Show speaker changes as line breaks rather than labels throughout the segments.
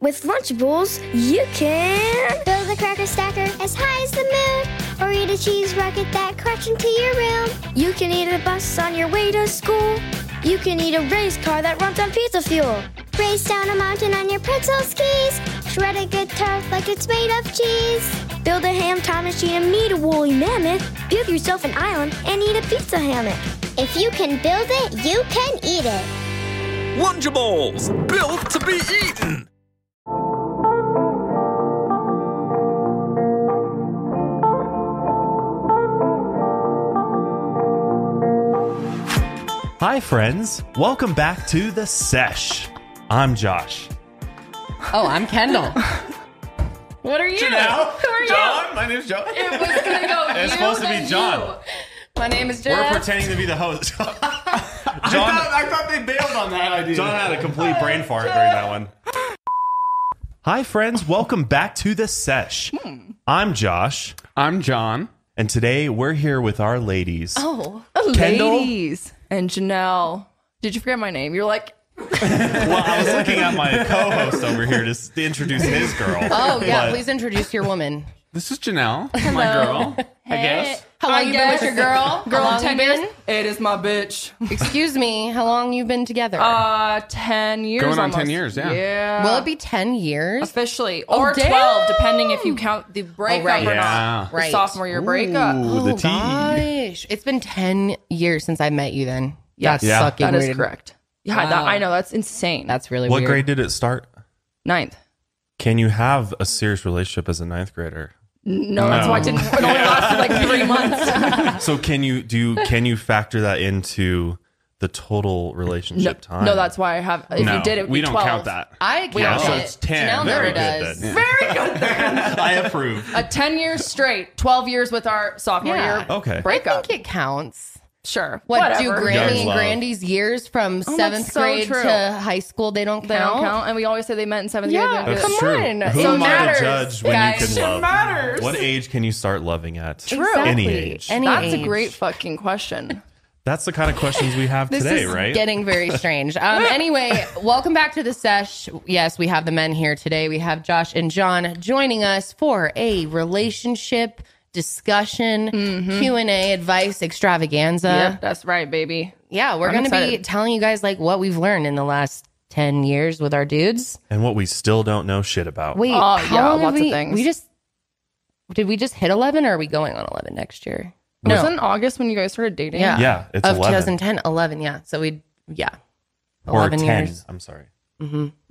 With Lunchables, you can.
Build a cracker stacker as high as the moon, or eat a cheese rocket that cracks into your room.
You can eat a bus on your way to school. You can eat a race car that runs on pizza fuel.
Race down a mountain on your pretzel skis, shred a good turf like it's made of cheese.
Build a ham time machine and meet a woolly mammoth. Build yourself an island and eat a pizza hammock.
If you can build it, you can eat it.
Lunchables, built to be eaten.
Hi, friends. Welcome back to The Sesh. I'm Josh.
Oh, I'm Kendall. what are you? Who are you?
My name's John.
It was gonna go
It's
you,
supposed to be
then
John.
you. My name is
We're
Jeff.
pretending to be the host. John,
I thought they bailed on that idea.
John had a complete brain fart during that one. Hi, friends. Welcome back to The Sesh.
Hmm.
I'm Josh,
I'm John.
and today we're here with our ladies.
Oh,
Kendall?
ladies and Janelle. Did you forget my name? You're like,
Well, I was looking at my co host over here to, s- to introduce his girl.
Oh yeah,
But-
please introduce your woman.
This is Janelle, my girl. I guess.
How long
I
you been with
guess.
your girl?
Girl,
how long
10
you been?
it is my bitch.
Excuse me. How long you been together?
Uh, ten years.
Going on
almost.
10 years, yeah.
Yeah.
Will it be ten years?
officially or
oh, damn.
twelve, depending if you count the breakup
right.
or
Yeah.
not? The
Right.
Sophomore year breakup.
Ooh, the
oh
tea.
gosh, it's been ten years since I met you. Then
Yes.
that's
Yeah.
fucking
That is
weird.
correct. Yeah, that, I know. That's insane.
That's really
What
weird.
grade did it start?
ninth.
Can you have a serious relationship as a ninth grader?
No, that's why it didn't. It only lasted like three months.
So can you do you- can you factor that into the total relationship
No,
time?
no, that's why I have. If
No,
you did it, would
we
be
don't
12.
count that.
I count
so
it.
it's
10.
Janelle
very
never
good
does.
then.
Very good.
I approve.
A ten years straight, twelve years with our sophomore
Yeah.
year.
Okay.
I
Breakup.
think it counts.
Sure.
What
Whatever. Oh,
do
Young
Granny and
love.
Grandy's years from
that's
seventh
so
grade
true.
to high school? They don't count.
They don't count, and we always say they met in seventh
Yeah,
grade. they didn't do
That's
Come
it.
true.
on.
Who
It
am I to
matters,
judge when you
guys.
can
It
love?
matters.
What age can you start loving at?
True.
Any age.
Any
That's
age.
a great fucking question.
That's the kind of questions we have
This
today,
is
right?
getting very strange. Um, anyway, welcome back to the sesh. Yes, we have the men here today. We have Josh and John joining us for a relationship discussion,
Mm-hmm.
Q and A, advice extravaganza.
yeah, that's right, baby.
Yeah, we're
I'm
going to be
excited.
telling you guys like what we've learned in the last 10 years with our dudes.
and what we still don't know shit about.
Wait,
Oh,
how
yeah,
long have
lots of
we,
things.
we just did we just hit 11 or are we going on 11 next year?
No. Wasn't August when you guys started dating?
Yeah.
yeah, it's
of
11
2010, 11, yeah. So we yeah.
or 10.
11 years.
I'm sorry.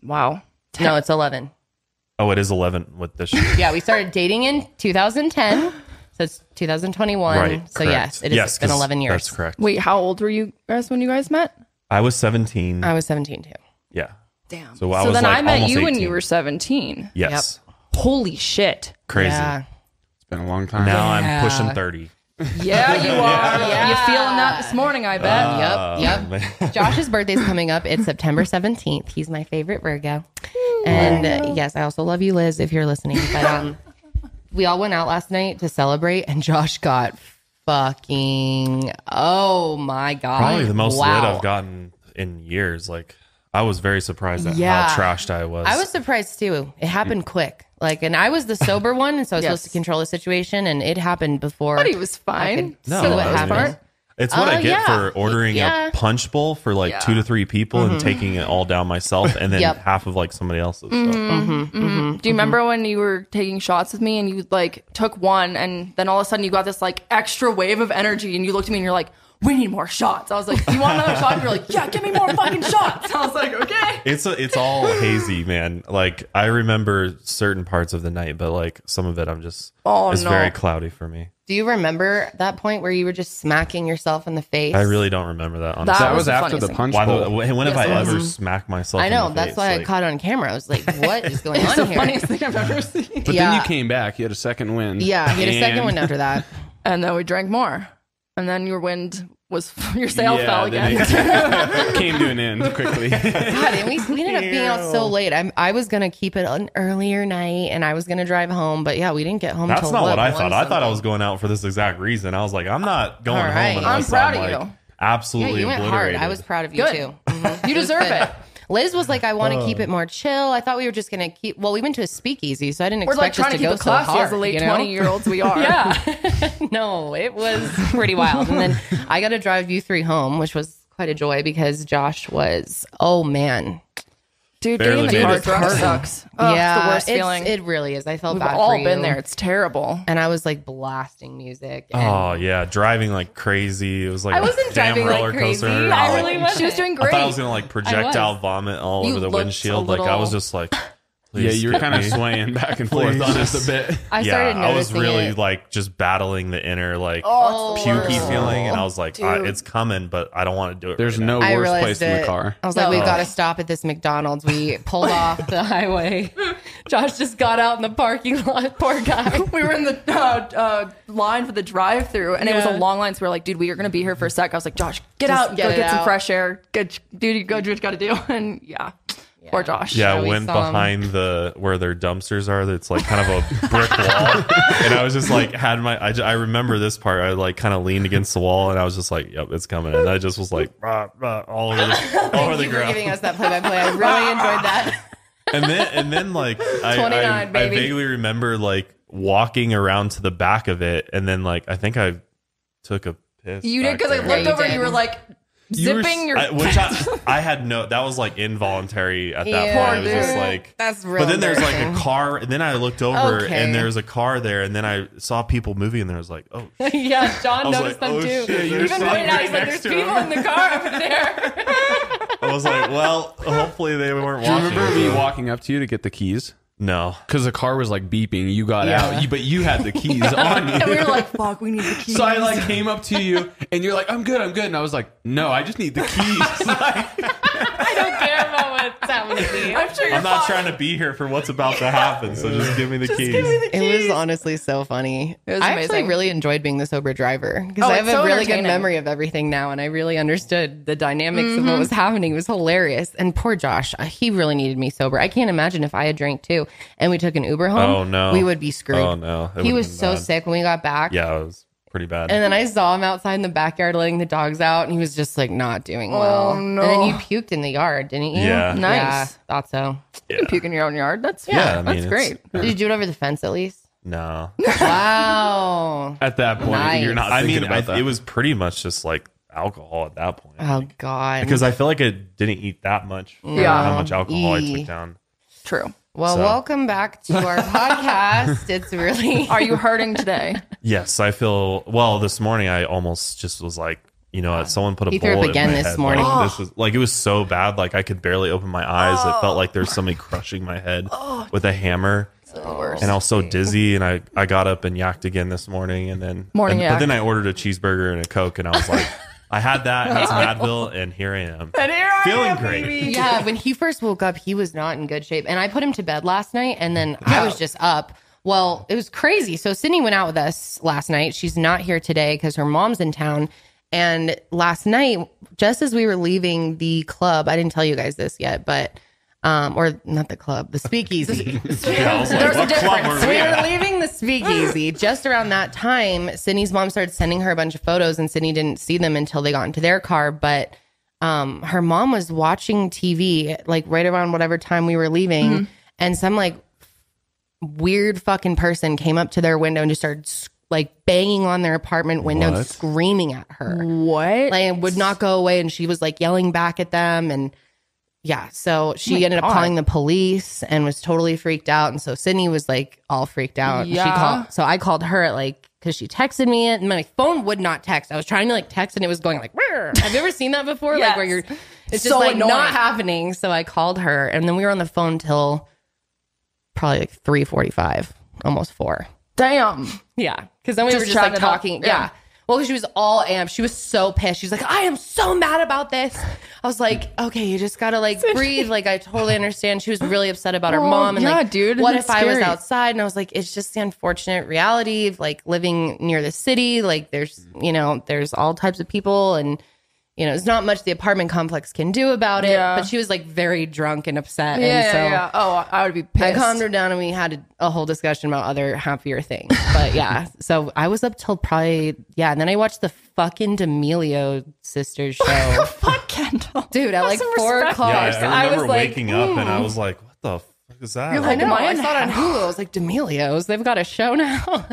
Wow.
No, it's 11.
Oh, it is 11 with this year.
Yeah, we started dating in 2010. So it's 2021.
right.
so
correct.
yes, it has
yes,
been
'cause
11 years.
That's correct.
Wait, how old were you guys when you guys met?
I was 17.
I was 17 too.
yeah. Damn. So, I
so
was
then
like
I met
almost
you when
18.
you were 17.
Yes.
Holy shit.
Crazy.
Yeah.
It's been a long time.
Now
Yeah.
I'm pushing 30.
Yeah, you are.
Yeah.
You're feeling that this morning, I bet.
Uh,
yep. Yep. Josh's birthday's coming up. It's September 17th. He's my favorite Virgo. And uh, yes, I also love you, Liz, if you're listening. But um, we all went out last night to celebrate, and Josh got fucking, oh my God.
Probably the most
wow.
lit I've gotten in years. Like I was very surprised at
Yeah.
how trashed I was.
I was surprised too. It
Hmm.
happened quick. Like, and I was the sober one, and so I was supposed to control the situation, and it happened before.
But he was fine.
could- No,
so Uh, what
that's
happened?
fine. It's what
Oh,
I get
yeah.
for ordering
Yeah.
a punch bowl for like two to three people
Mm-hmm.
and taking it all down myself and then
Yep.
half of like somebody else's.
Mm-hmm.
So.
Do you remember when you were taking shots with me and you like took one and then all of a sudden you got this like extra wave of energy and you looked at me and you're like, we need more shots. I was like, you want another shot? And you're like, yeah, give me more fucking shots. I was like, okay.
It's a, it's all hazy, man. Like I remember certain parts of the night, but like some of it, I'm just
Oh,
it's
no.
very cloudy for me.
Do you remember that point where you were just smacking yourself in the face?
I really don't remember that. Honestly,
That
That was
the
after
funniest
the
thing.
punch
why the,
bowl.
when have I
it
ever smacked myself?
I know.
in the
That's
face?
why I
Like,
caught it on camera. I was like, what is going
It's
on
the
here?
funniest thing I've ever seen.
But then
Yeah.
you came back. You had a second win.
Yeah, you had a second
And-
one after that.
And then we drank more. And then your wind was, your sail fell
then
again.
it came to an end quickly.
God, and we, we ended up being out so late. I'm, I was gonna keep it an earlier night, and I was gonna drive home. But yeah, we didn't get home.
That's
till
not what I
one
thought. I thought I
something.
was going out for this exact reason. I was like, I'm not going
All right.
home unless
I'm proud
I'm,
of
like,
you.
absolutely
Yeah, you went hard.
obliterated.
I was proud of you
Good.
too. Mhm.
You deserve
good.
it.
Liz was like, I want to keep
Oh.
it more chill. I thought we were just going to keep, well, we went to a speakeasy, so I didn't
We're like
expect us
trying
to
to keep
go
it classy
so hard.
as the late
you know?
20 year olds we are.
Yeah. no, it was pretty wild. And then I got to drive you three home, which was quite a joy because Josh was, oh man.
Dude,
Barely
getting in
made
the
it.
car drunk sucks. Oh,
yeah.
It's the worst
it's-
feeling.
It really is. I felt
We've
bad
all
for you.
been there. It's terrible.
And I was like blasting music. And
Oh yeah, driving like crazy. It was like
I
a
wasn't
damn
driving like
roller
crazy.
coaster.
I
Oh,
really
She was doing
I
great.
thought I was gonna like projectile vomit all
You
over the
looked a
windshield. Like I
little-
was just like,
Yeah,
please
you were
hit
kind of
me.
swaying back and forth on
Please.
us a bit.
I started
yeah, I was
noticing
really
it.
like just battling the inner like
oh, it's the
pukey
worst.
feeling, and I was like, I,
Dude.
it's coming, but I don't want to do it.
There's
right
no
now.
I
worse
realized
place than
it.
the car.
I was like, we've
No.
got to stop at this McDonald's. We pulled off the highway. Josh just got out in the parking lot. Poor guy.
we were in the uh, uh, line for the drive through, and it was
Yeah.
a long line. So we were like, dude, we are going to be here for a sec. I was like, Josh, get
Just
out,
get
go
it
get some
out.
fresh air. Get, dude, you go do what you got to do. And yeah. Poor Josh.
Yeah, I
we
went
saw 'em.
behind the where their dumpsters are. That's like kind of a brick wall, and I was just like had my. I, ju- I remember this part. I like kind of leaned against the wall, and I was just like, "Yep, it's coming." And I just was like, rah, rah, all over the all over the
Thank you for giving
ground.
us that play-by-play. I really enjoyed that.
And then and then like I,
29,
I, I
baby.
vaguely remember like walking around to the back of it, and then like I think I took a piss.
You did
back
because I
there.
looked
You
over and
did.
you were like
You were
zipping
s-
your.
I, which I, I had no that was like involuntary at that
Yeah.
point. It was just
Poor dude.
like
That's real
But then there's like a
embarrassing.
car and then I looked over
Okay.
and there's a car there and then I saw people moving and there was like, oh shit.
yeah, John
I was
noticed
like,
them
oh,
too.
shit, there's
Even
something
pointed out, he's
next
like, "There's
to
people
him."
in the car over there."
I was like, well, hopefully they weren't
Do you
watching.
remember me
so-
walking up to you to get the keys?
no.
Because the car was like beeping. You got
Yeah.
out, you, but you had the keys on you.
and we were like, fuck, we need the keys.
So I like came up to you and you're like, I'm good, I'm good. And I was like, no, I just need the keys. Like,
I don't care about what's happening to you.
I'm sure you're
I'm not
fine.
trying to be here for what's about to happen, so just give me the keys.
It was honestly so funny.
It was
I actually
amazing.
really enjoyed being the sober driver because
Oh,
I
it's
have
so
a really good
entertaining.
memory of everything now, and I really understood the dynamics of
Mm-hmm.
what was happening. It was hilarious. And poor Josh, uh, he really needed me sober. I can't imagine if I had drank too and we took an Uber home.
Oh, no.
we would be screwed.
Oh, no. It
he
would've
was
been
so
bad.
sick when we got back.
Yeah, it was pretty bad.
And then I saw him outside in the backyard letting the dogs out, and he was just like not doing
Oh,
well. no. And then you puked in the yard, didn't you?
Yeah.
Nice.
thought so.
You can puke in your own yard. That's yeah,
Yeah, I mean,
that's
it's-
great.
Did you do it over the fence at least?
no.
Wow.
At that point,
Nice.
you're not
I
thinking
mean
about
I,
that.
it was pretty much just like alcohol at that point.
Oh God.
because I feel like I didn't eat that much. for
Yeah.
How much alcohol I
Eee.
took down.
True.
well,
so-
welcome back to our podcast. It's really
Are you hurting today?
Yes, I feel well. This morning, I almost just was like, you know, someone put a
He threw
bullet
up
in
again
my
this
head.
morning.
Like, this was like it was so bad, like I could barely open my eyes. It felt like there's somebody crushing my head with a hammer. And I was so dizzy, and I, I got up and yacked again this morning, and then
Morning
and- but
yak.
then I ordered a cheeseburger and a coke, and I was like, I had that, had some Advil, and here I am,
And here I
feeling
am,
great.
baby.
yeah. When he first woke up, he was not in good shape, and I put him to bed last night, and then I was just up. Well, it was crazy. So Sydney went out with us last night. She's not here today because her mom's in town. And last night, just as we were leaving the club, I didn't tell you guys this yet, but um, or not the club, the speakeasy.
Yeah, I was like,
There's a
what club
difference.
were we
we
at?
were leaving the speakeasy just around that time sydney's mom started sending her a bunch of photos and sydney didn't see them until they got into their car but um, her mom was watching tv like right around whatever time we were leaving and some like weird fucking person came up to their window and just started s- like banging on their apartment window and
What?
screaming at her
What?
like, and would not go away and she was like yelling back at them and yeah so
Oh
she ended up calling the police and was totally freaked out and so sydney was like all freaked out And she
Yeah.
called so i called her at like because she texted me it and my phone would not text i was trying to like text and it was going like "Rrr." have you ever seen that before like where
Yes.
you're it's just
So
like not
annoying.
happening so i called her and then we were on the phone till probably like 3.45 almost 4
Damn.
yeah, because then we
Just
were just like
chatting it up.
talking. Yeah.
Yeah.
Well, 'cause she was all amped. She was so pissed. She's like, "I am so mad about this." I was like, "Okay, you just gotta like breathe." Like, I totally understand. She was really upset about her
Oh,
mom and
yeah,
like,
dude,
what
that's
if I was
scary.
outside? And I was like, "It's just the unfortunate reality of like living near the city. Like, there's you know, there's all types of people, and you know, there's not much the apartment complex can do about it."
Yeah.
But she was like very drunk and upset,
Yeah,
and so
yeah, yeah. Oh, I- I would be
I
pissed.
calmed her down and we had a, a whole discussion about other happier things. But yeah, so I was up till probably, yeah. And then I watched the fucking D'Amelio sisters show.
Fuck, mental.
dude, at like
some
four
respect.
o'clock.
Yeah, I,
I
remember
was like,
waking up and I was like, what the fuck is that?
I know. I
Mine
saw it on Hulu. I was like, D'Amelio's. They've got a show now.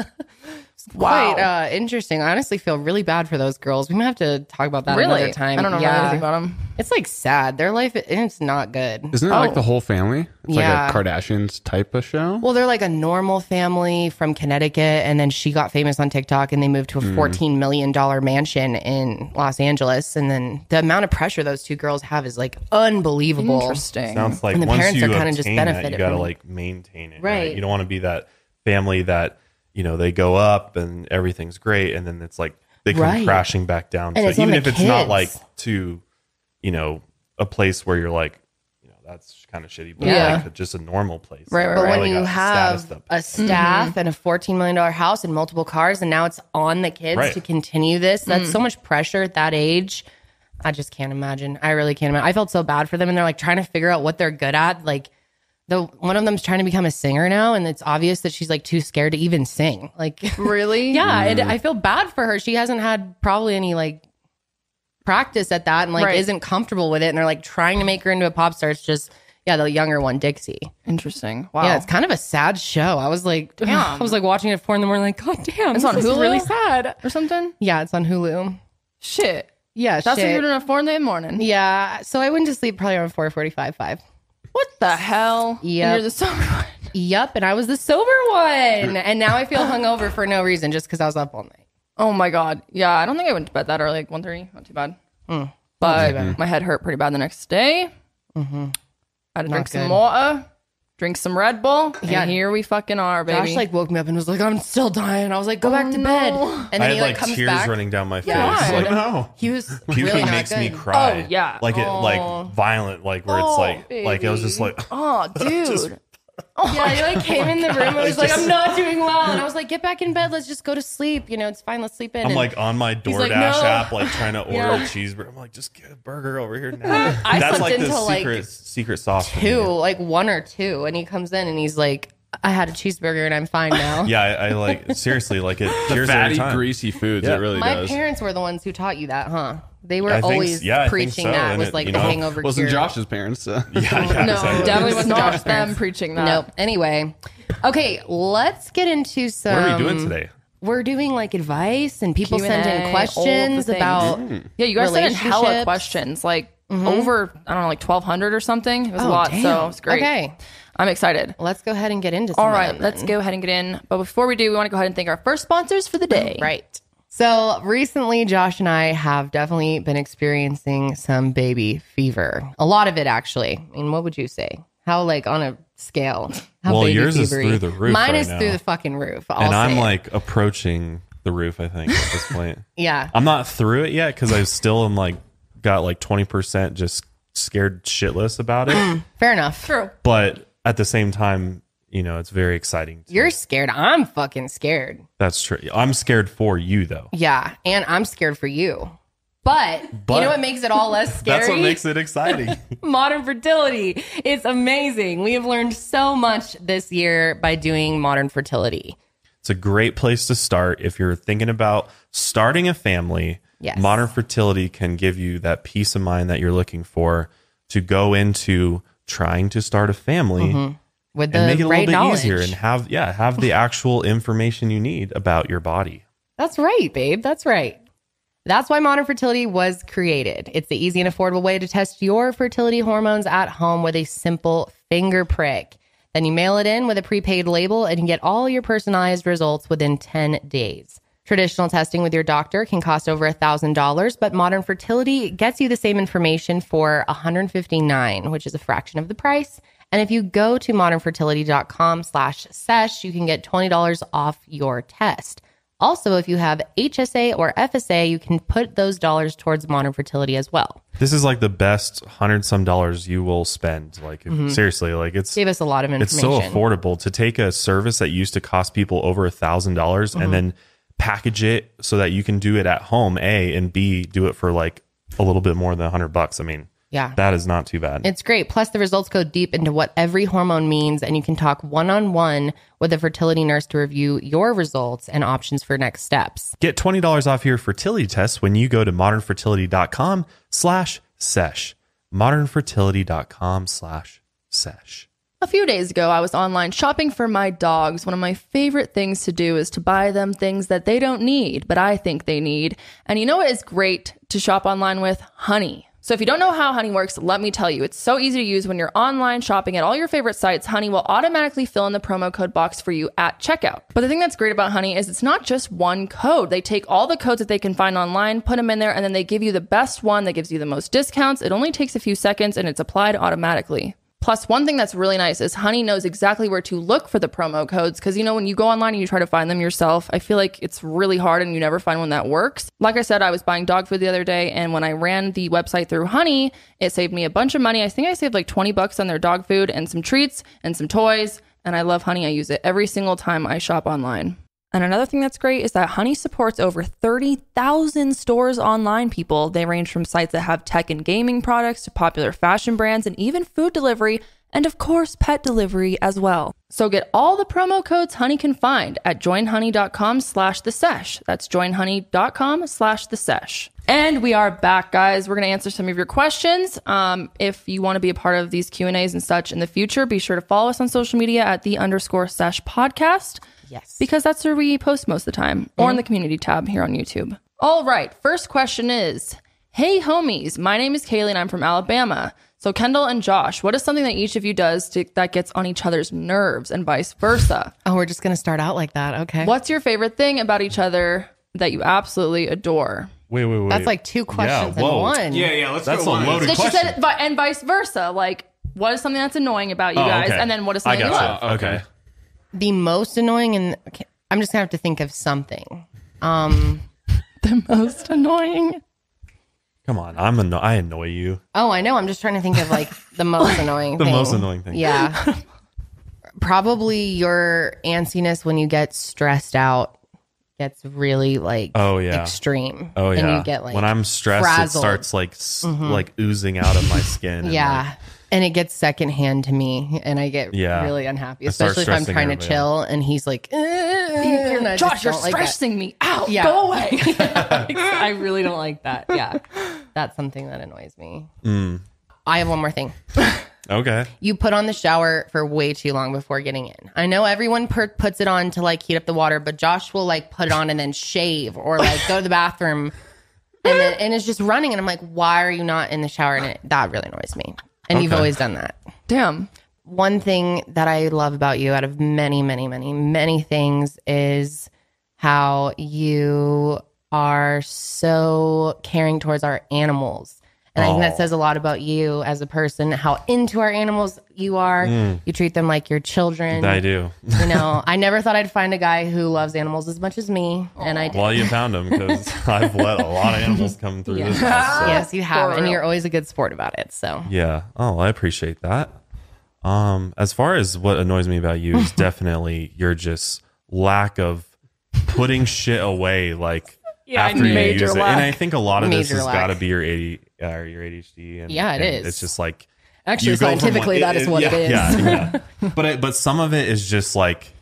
Quite uh, interesting. I honestly feel really bad for those girls. We might have to talk about that another
really?
time.
I don't know
Yeah.
anything about them.
It's like sad. Their life, it- it's not good.
Isn't it like the whole family? It's
Oh. Yeah.
like a Kardashians type of show.
Well, they're like a normal family from Connecticut, and then she got famous on TikTok, and they moved to a fourteen million dollar mansion in Los Angeles. And then the amount of pressure those two girls have is like unbelievable.
Interesting.
sounds like
And the
once
parents
you
are kinda
obtain
just
that,
benefited
you got to
from it.
like maintain it.
Right.
You don't want to be that family that you know they go up and everything's great, and then it's like they come
Right.
crashing back down. to
And
it.
it's on
even
the
if it's not
kids.
like to, you know, a place where you're like, you know, that's kind of shitty, but
Yeah.
like just a normal place.
Right, right,
But
right.
Probably
when you
got status
have
up.
a staff and a fourteen million dollar house and multiple cars, and now it's on the kids
Right.
to continue this, that's so much pressure at that age. I just can't imagine. I really can't imagine. I felt so bad for them, and they're like trying to figure out what they're good at. Like the one of them's trying to become a singer now, and it's obvious that she's like too scared to even sing. Like,
really?
yeah,
Mm.
and I feel bad for her. She hasn't had probably any like practice at that, and like
Right.
isn't comfortable with it. And they're like trying to make her into a pop star. It's just yeah, the younger one, Dixie.
Interesting. Wow.
Yeah, it's kind of a sad show. I was like, I was like watching it at four in the morning, like, God damn,
It's
this
on
is
Hulu?
really sad.
or something.
Yeah, it's on Hulu.
Shit.
Yeah,
That's what
shit.
you're doing at four in the morning.
Yeah, so I went to sleep probably around four forty-five, five.
What the hell?
Yep.
And you're the sober one.
Yep, and I was the sober one, and now I feel hungover for no reason, just because I was up all night.
Oh my god. Yeah, I don't think I went to bed that early, like 1.30. Not too bad.
Mm.
But my head hurt pretty bad the next day. I had to drink
Mm-hmm. good.
some water, drink some Red Bull,
Yeah.
and here we fucking are, baby.
Josh like woke me up and was like, "I'm still dying." I was like, "Go back to bed," and then
I had
he
like,
like, comes
tears
back.
running down my face.
Yeah.
Like,
no.
He was
puking
really not
makes
good.
me cry.
Oh, yeah.
like it,
Oh.
like violent, like where it's like, like I was just like,
oh, dude. Oh
Yeah, he like came in the room and was like, "I'm not doing well," and I was like, "Get back in bed. Let's just go to sleep. You know, it's fine. Let's sleep in."
I'm
And-
like on my DoorDash
like, "No."
app, like trying to order a cheeseburger. I'm like, just get a burger over here now.
I
That's
slept
like the
until, like,
secret secret sauce. for me.
two, like one or two, and he comes in and he's like, "I had a cheeseburger and I'm fine now."
Yeah, I, I like seriously like it.
The
tears every
fatty,
time.
greasy foods.
Yeah.
It really
My
does.
parents were the ones who taught you that, huh? They were
I think s-
always
yeah, I think
preaching
so,
that
and
was
it-
like
you
the
know,
hangover
Wasn't
cure.
Josh's parents? uh,
Yeah, yeah,
No,
exactly.
definitely
Josh
was not them
parents.
preaching that.
Nope. Anyway, okay, let's get into some.
What are we doing
Um,
today?
We're doing like advice and people
Q&A,
send in
all
questions
of the
about.
Mm.
Yeah, you guys sent in hella
Relationships. Mm-hmm.
questions, like over, I don't know, like 1,200 or something. It was a lot, so it's great.
Oh, Okay,
I'm excited.
let's go ahead and get into. Some
All
of
right,
them
let's
then.
go ahead and get in. But before we do, we want to go ahead and thank our first sponsors for the day.
Right. So recently, Josh and I have definitely been experiencing some baby fever. A lot of it, actually. I mean, what would you say? How, like, on a scale? How
Well, yours is through the roof
Mine
right
is
now.
through the fucking roof. I'll
and I'm
say it.
like approaching the roof. I think at this point,
yeah.
I'm not through it yet because I still am like got like 20 percent just scared shitless about it.
Fair enough.
but at the same time, you know, it's very exciting. to-
You're scared. I'm fucking scared.
That's true. I'm scared for you though.
Yeah. And I'm scared for you. But,
But-
you know what makes it all less scary?
That's what makes it exciting.
modern fertility. It's amazing. We have learned so much this year by doing modern fertility.
It's a great place to start if you're thinking about starting a family.
Yes.
Modern fertility can give you that peace of mind that you're looking for to go into trying to start a family
With
and
Mm-hmm. the
make it a
right
little bit
knowledge.
easier and have yeah, have the actual information you need about your body.
That's right, babe. That's right. That's why Modern Fertility was created. It's the easy and affordable way to test your fertility hormones at home with a simple finger prick. Then you mail it in with a prepaid label and you get all your personalized results within 10 days. Traditional testing with your doctor can cost over $1,000, but Modern Fertility gets you the same information for $159, which is a fraction of the price. And if you go to modernfertility.com slash sesh, you can get $20 off your test. Also, if you have HSA or FSA, you can put those dollars towards modern fertility as well.
This is like the best hundred some dollars you will spend. Like if-
Mm-hmm.
seriously, like it's
Gave us a lot of
it's
information.
so affordable to take a service that used to cost people over a thousand dollars
Mm-hmm.
and then package it so that you can do it at home a and b do it for like a little bit more than a hundred bucks i mean
Yeah.
that is not too bad
It's great. Plus, the results go deep into what every hormone means, and you can talk one on one with a fertility nurse to review your results and options for next steps.
get $20 off your fertility test when you go to modernfertility.com slash sesh. Modernfertility.com slash sesh.
A few days ago, I was online shopping for my dogs. One of my favorite things to do is to buy them things that they don't need, but I think they need. And you know what is great to shop online with? Honey. So if you don't know how Honey works, let me tell you. It's so easy to use when you're online shopping at all your favorite sites. Honey will automatically fill in the promo code box for you at checkout. But the thing that's great about Honey is it's not just one code. They take all the codes that they can find online, put them in there, and then they give you the best one that gives you the most discounts. It only takes a few seconds and it's applied automatically. Plus, one thing that's really nice is Honey knows exactly where to look for the promo codes because you know, when you go online and you try to find them yourself, I feel like it's really hard and you never find one that works. Like I said, I was buying dog food the other day, and when I ran the website through Honey, it saved me a bunch of money. I think I saved like 20 bucks on their dog food and some treats and some toys. And I love Honey, I use it every single time I shop online. And another thing that's great is that Honey supports over 30,000 stores online, people. They range from sites that have tech and gaming products to popular fashion brands and even food delivery, and of course, pet delivery as well. So get all the promo codes Honey can find at joinhoney.com slash the sesh. That's joinhoney.com slash the sesh. And we are back, guys. We're going to answer some of your questions. Um, if you want to be a part of these Q and A's and such in the future, be sure to follow us on social media at the underscore sesh podcast.
Yes.
Because that's where we post most of the time, or in
Mm-hmm.
the community tab here on YouTube. All right. First question is Hey, homies. My name is Kaylee and I'm from Alabama. So, Kendall and Josh, what is something that each of you does to, that gets on each other's nerves and vice versa?
Oh, we're just gonna start out like that. Okay.
What's your favorite thing about each other that you absolutely adore?
Wait, wait, wait.
That's like two questions
whoa.
in one.
Yeah, yeah. Let's
That's
go
a
on.
loaded
So she
question.
said, vi- and vice versa. Like, what is something that's annoying about you
Oh,
guys?
okay.
And then what is
I
something you
gotcha.
love?
Oh, Okay.
Okay.
The most annoying, and okay, I'm just gonna have to think of something. Um.
The most annoying.
Come on. I'm anno- I annoy you.
Oh, I know. I'm just trying to think of like the most annoying.
The
thing.
most annoying thing.
Yeah. Probably your antsiness when you get stressed out gets really like
Oh, yeah.
extreme.
Oh yeah.
And you get like
when I'm stressed,
frazzled. Mm-hmm.
it starts like s like oozing out of my skin. and,
yeah.
like,
and it gets secondhand to me, and I get
Yeah.
really unhappy,
I start
especially if I'm
stressing
trying to
everybody
chill and he's like, "Eh," and I
Josh,
just
you're
don't like that.
stressing me out.
Yeah.
Go away.
I really don't like that. Yeah. That's something that annoys me.
Mm.
I have one more thing.
okay.
You put on the shower for way too long before getting in. I know everyone per- puts it on to like heat up the water, but Josh will like put it on and then shave or like go to the bathroom and then, and it's just running. And I'm like, why are you not in the shower? And it, that really annoys me. And you've
Okay.
always done that.
Damn.
One thing that I love about you out of many, many, many, many things is how you are so caring towards our animals. And I think that says a lot about you as a person, how into our animals you are. You treat them like your children.
I do.
You know, I never thought I'd find a guy who loves animals as much as me. And I did.
Well, you found them because I've let a lot of animals come through this house. so-
yes, you have.
For
And
real.
you're always a good sport about it. So
Yeah. Oh, I appreciate that. Um, as far as what annoys me about you is definitely your just lack of putting shit away, like after you
major
use it.
lack.
And I think a lot of this
Major
has
lack.
got to be your AD, uh, your ADHD. And,
Yeah, it
and
is.
It's just like
Actually,
you go from one-
scientifically, that is what
yeah,
it is.
Yeah, yeah. but it, but some of it is just like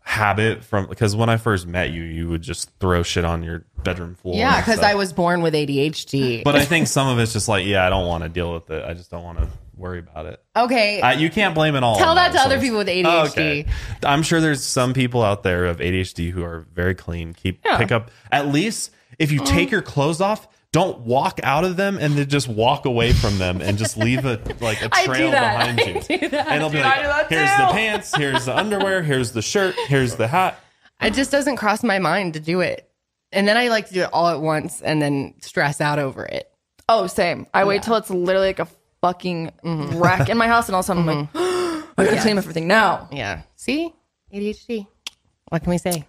habit from because when I first met you, you would just throw shit on your bedroom floor.
yeah,
and
because
stuff.
I was born with ADHD.
But I think some of it's just like, yeah, I don't want to deal with it. I just don't want to worry about it.
okay.
Uh, you can't blame it all.
Tell
on
that to
so
other
it's-
people with
Oh,
ADHD.
I'm sure there's some people out there of ADHD who are very clean. Keep pick up at least if you
Mm.
take your clothes off. Don't walk out of them and then just walk away from them and just leave a like a
do
trail
that.
behind you. And they'll be
I do
like,
that
here's
too."
the pants, here's the underwear, here's the shirt, here's the hat.
It just doesn't cross my mind to do it. And then I like to do it all at once and then stress out over it.
Oh, same. I wait till it's literally like a fucking wreck in my house, and all of a sudden I'm like, I gotta clean up everything now.
Yeah. See? ADHD. What can we say?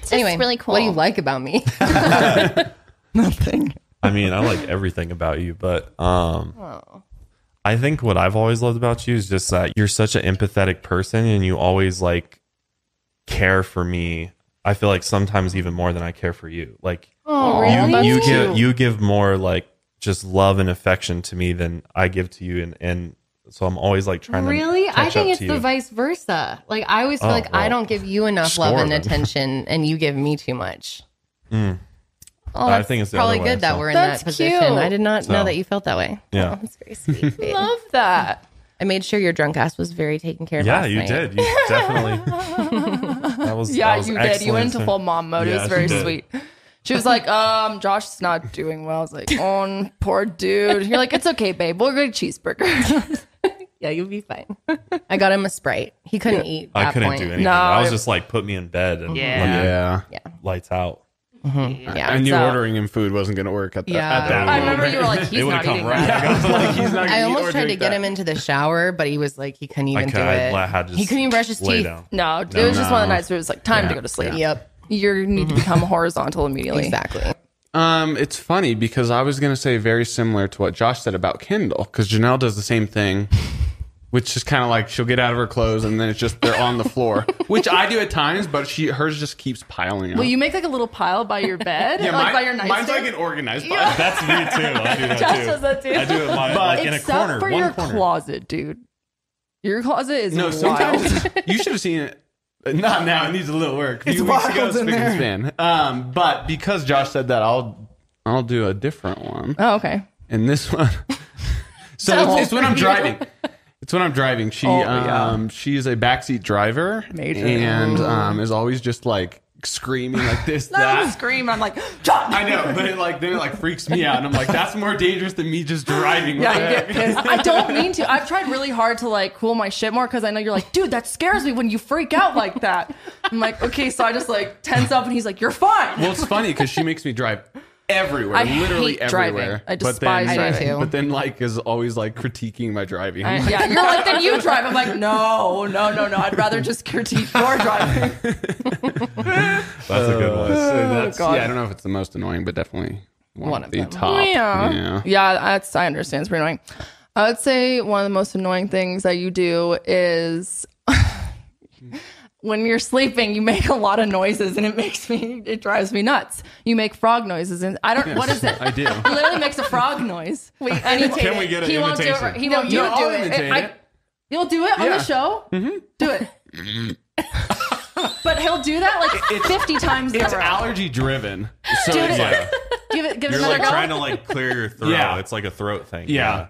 It's
Anyway,
really cool.
What do you like about me? Nothing.
I mean, I like everything about you, but um
Oh.
I think what I've always loved about you is just that you're such an empathetic person and you always like care for me. I feel like sometimes even more than I care for you. Like
Oh,
you,
really?
you
That's
give
cute.
you give more like just love and affection to me than I give to you and and so I'm always like trying
Really?
to catch
I think
up
it's
to
the
you.
vice versa. Like I always feel
Oh,
like I
well,
don't give you enough love
score
and
then.
attention and you give me too much. Oh,
Mm. I
that's
think it's the
probably
other way,
good that
so-
we're in
That's
that position.
cute.
I did not know
So-
that you felt that way.
Yeah.
Oh, that's very sweet. babe.
Love that.
I made sure your drunk ass was very taken care of.
Yeah,
last
you
night.
did. You definitely. that was
Yeah,
that was
you did. You went
excellent.
into full mom mode. it
Yeah,
was very
she did.
sweet. She was like, um, Josh's not doing well. I was like, oh, poor dude. You're like, it's okay, babe. We'll get a cheeseburger.
Yeah, you'll be fine. I got him a sprite. He couldn't eat.
I
that
couldn't
point.
do anything.
No,
I was
it-
just like, put me in bed and
Yeah.
Yeah.
like, lights out.
Yeah.
And you
so-
ordering him food wasn't going to work at, the,
Yeah.
at that
I
moment.
remember you were like, he's
would've
not
come
eating
right
that.
like, he's not
I
gonna eat
almost
or
tried to
drink
get
that.
him into the shower, but he was like, he couldn't
I
even
could,
do it.
I had to
he couldn't even brush his
lay
teeth.
down.
No, it was just one of the nights where it was like, time to
Yeah.
go to sleep.
Yep.
You need to become horizontal immediately.
Exactly.
Um, it's funny because I was going to say very similar to what Josh said about Kindle because Janelle does the same thing, which is kind of like she'll get out of her clothes and then it's just they're on the floor, which I do at times, but she hers just keeps piling up.
Well, you make like a little pile by your bed, like
mine-
by your
mine's
nightstand.
like an organized pile.
That's me too. I do that
Josh
too.
does that too.
I do it my, like in a
Except
corner,
for
one
your
corner.
closet, dude. Your closet is
No,
wild.
sometimes you should have seen it. Not now. It needs a little work. A few weeks ago, it's spick and span. Um, but because Josh said that, I'll I'll do a different one.
Oh, okay.
And this one, so it's, it's when I'm driving. It's when I'm driving. She
Oh, yeah.
um she's a backseat driver
Major.
and um is always just like screaming like this
I
that.
scream. I'm like, John.
I know, but it like then it like freaks me out, and I'm like, that's more dangerous than me just driving.
Yeah,
What the
you get
heck?
pissed. I don't mean to. I've tried really hard to like cool my shit more because I know you're like, dude, that scares me when you freak out like that. I'm like, okay, so I just like tense up, and he's like, you're fine.
Well, it's funny because she makes me drive everywhere,
I
literally
hate driving.
everywhere.
I
But
despise
then- uh,
driving. I do too.
But then, like, is always like critiquing my driving.
I- yeah, you're like, then you drive. I'm like, no, no, no, no. I'd rather just critique your driving.
That's a good one.
So that's-
Oh, God.
yeah, I don't know if it's the most annoying, but definitely one,
One
of
of
the
them.
top.
Yeah. Yeah, that's I understand. It's pretty annoying. I would say one of the most annoying things that you do is when you're sleeping, you make a lot of noises and it makes me it drives me nuts. You make frog noises and I don't what is it?
I do.
He literally makes a frog noise. Wait,
Can we get an
He won't do it.
imitation?
right- He won't
No,
do
I'll
it. Mm-hmm.
imitate
I-
it.
You'll do it on
Yeah.
the show. Do it. but he'll do that like 50 times in a
It's
row.
allergy driven. So
Dude,
it's
it-
like,
give it, give it
You're
another
like
go.
trying to like clear your throat.
Yeah.
It's like a throat thing.
yeah.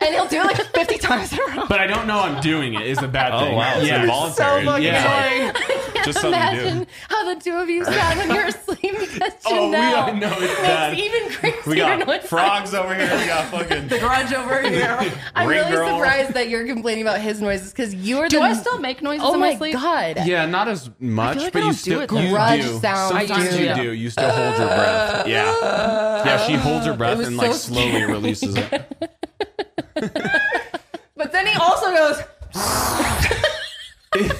and he'll do it like 50 times in a row.
But I don't know I'm doing it is a bad
Oh
thing.
wow, it's
Yeah.
involuntary.
fucking
It's like,
Yeah.
just something
Imagine
to
how the two of you sound when you're asleep because
Oh, we
Janelle
I know it's
makes
bad.
even crazier
do. We got
noises.
frogs over here. We got fucking.
Grudge over here.
I'm
Ring
really
girl.
surprised that you're complaining about his noises because you're
Do
the.
I still make noises
oh
in my,
my
sleep?
god!
Yeah, not as much,
like I
but you
don't do
still
it
you
Grudge
do.
sound. I
Sometimes
do.
you
Yeah.
do. You still hold your breath. Yeah, yeah. She holds her breath
was
and like
so
slowly releases it.
But then he also goes. and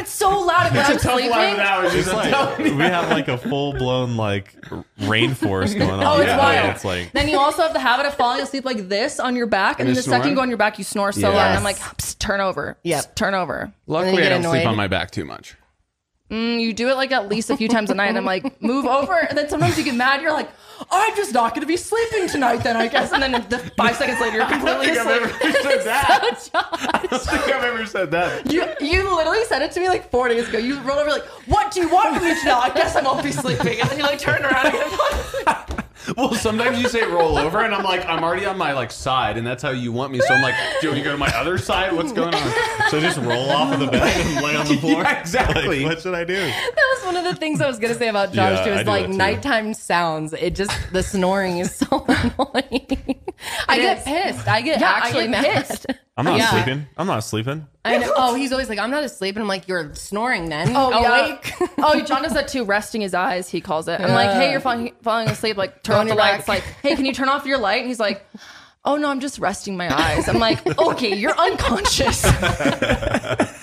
it's so loud when I'm sleeping.
It's like-
We have like a full blown like rainforest going on.
Oh, it's
Yeah.
wild.
It's like
Then you also have the habit of falling asleep like this on your back, and,
And
the
you snore?
second you go on your back, you snore so
Yes.
loud. And I'm like, Psst, turn over.
Yep.
Psst, turn over.
And
Luckily,
then
I
you
don't
get
sleep
annoyed.
on my back too much.
And you do it like at least a few times a night, and I'm like, move over. And then sometimes you get mad. You're like, I'm just not going to be sleeping tonight, then I guess. And then the five seconds later, you're completely asleep.
said that. I don't think I've ever said that.
You, you literally said it to me like four days ago. You rolled over like, what do you want from me now? I guess I won't be sleeping. And then you like turned around and
Well, sometimes you say roll over, and I'm like, I'm already on my like side, and that's how you want me. So I'm like, do you want me to go to my other side? What's going on?
so. Just roll off of the bed and lay on the floor.
Yeah, exactly.
Like, what should I do?
That was one of the things I was gonna say about
Yeah,
Josh too.
I
Is
do
like
that too.
nighttime sounds. It just the snoring is so annoying. I get
is.
pissed. I get
Yeah, I
actually
get
mad.
pissed.
I'm not
Yeah.
sleeping. I'm not sleeping.
I know. Oh, he's always like, I'm not asleep, and I'm like, you're snoring then.
Oh,
awake.
yeah. oh, John does that too. Resting his eyes, he calls it. I'm like, hey, you're falling, falling asleep. Like, turn off
On
the
your
lights. Like,
back.
hey, can you turn off your light? And he's like, oh no, I'm just resting my eyes. I'm like, okay, you're unconscious.
Oh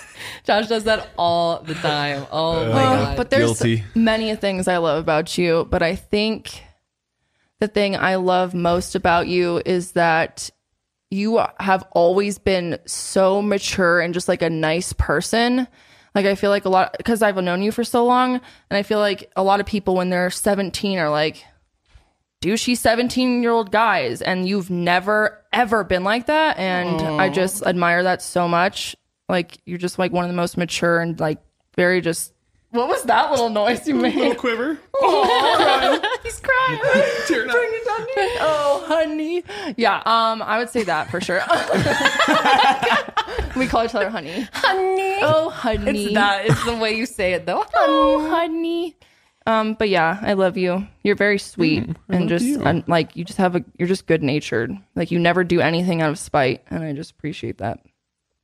Josh does that all the time. Oh my god.
Um, but there's
Guilty.
many things I love about you. But I think the thing I love most about you is that you have always been so mature and just like a nice person. Like I feel like a lot because I've known you for so long, and I feel like a lot of people when they're 17 are like douchey 17 year old guys, and you've never ever been like that. And I just admire that so much. Like you're just like one of the most mature and like very just What was that little noise you made?
Quiver.
He's crying.
Tear it up.
Oh, honey. Yeah, um, I would say that for sure. we call each other honey.
Honey.
Oh, honey.
It's that. It's the way you say it, though.
Oh, honey. Um, but yeah, I love you. You're very sweet
Mm,
and just and like you just have a you're just good natured. Like you never do anything out of spite, and I just appreciate that.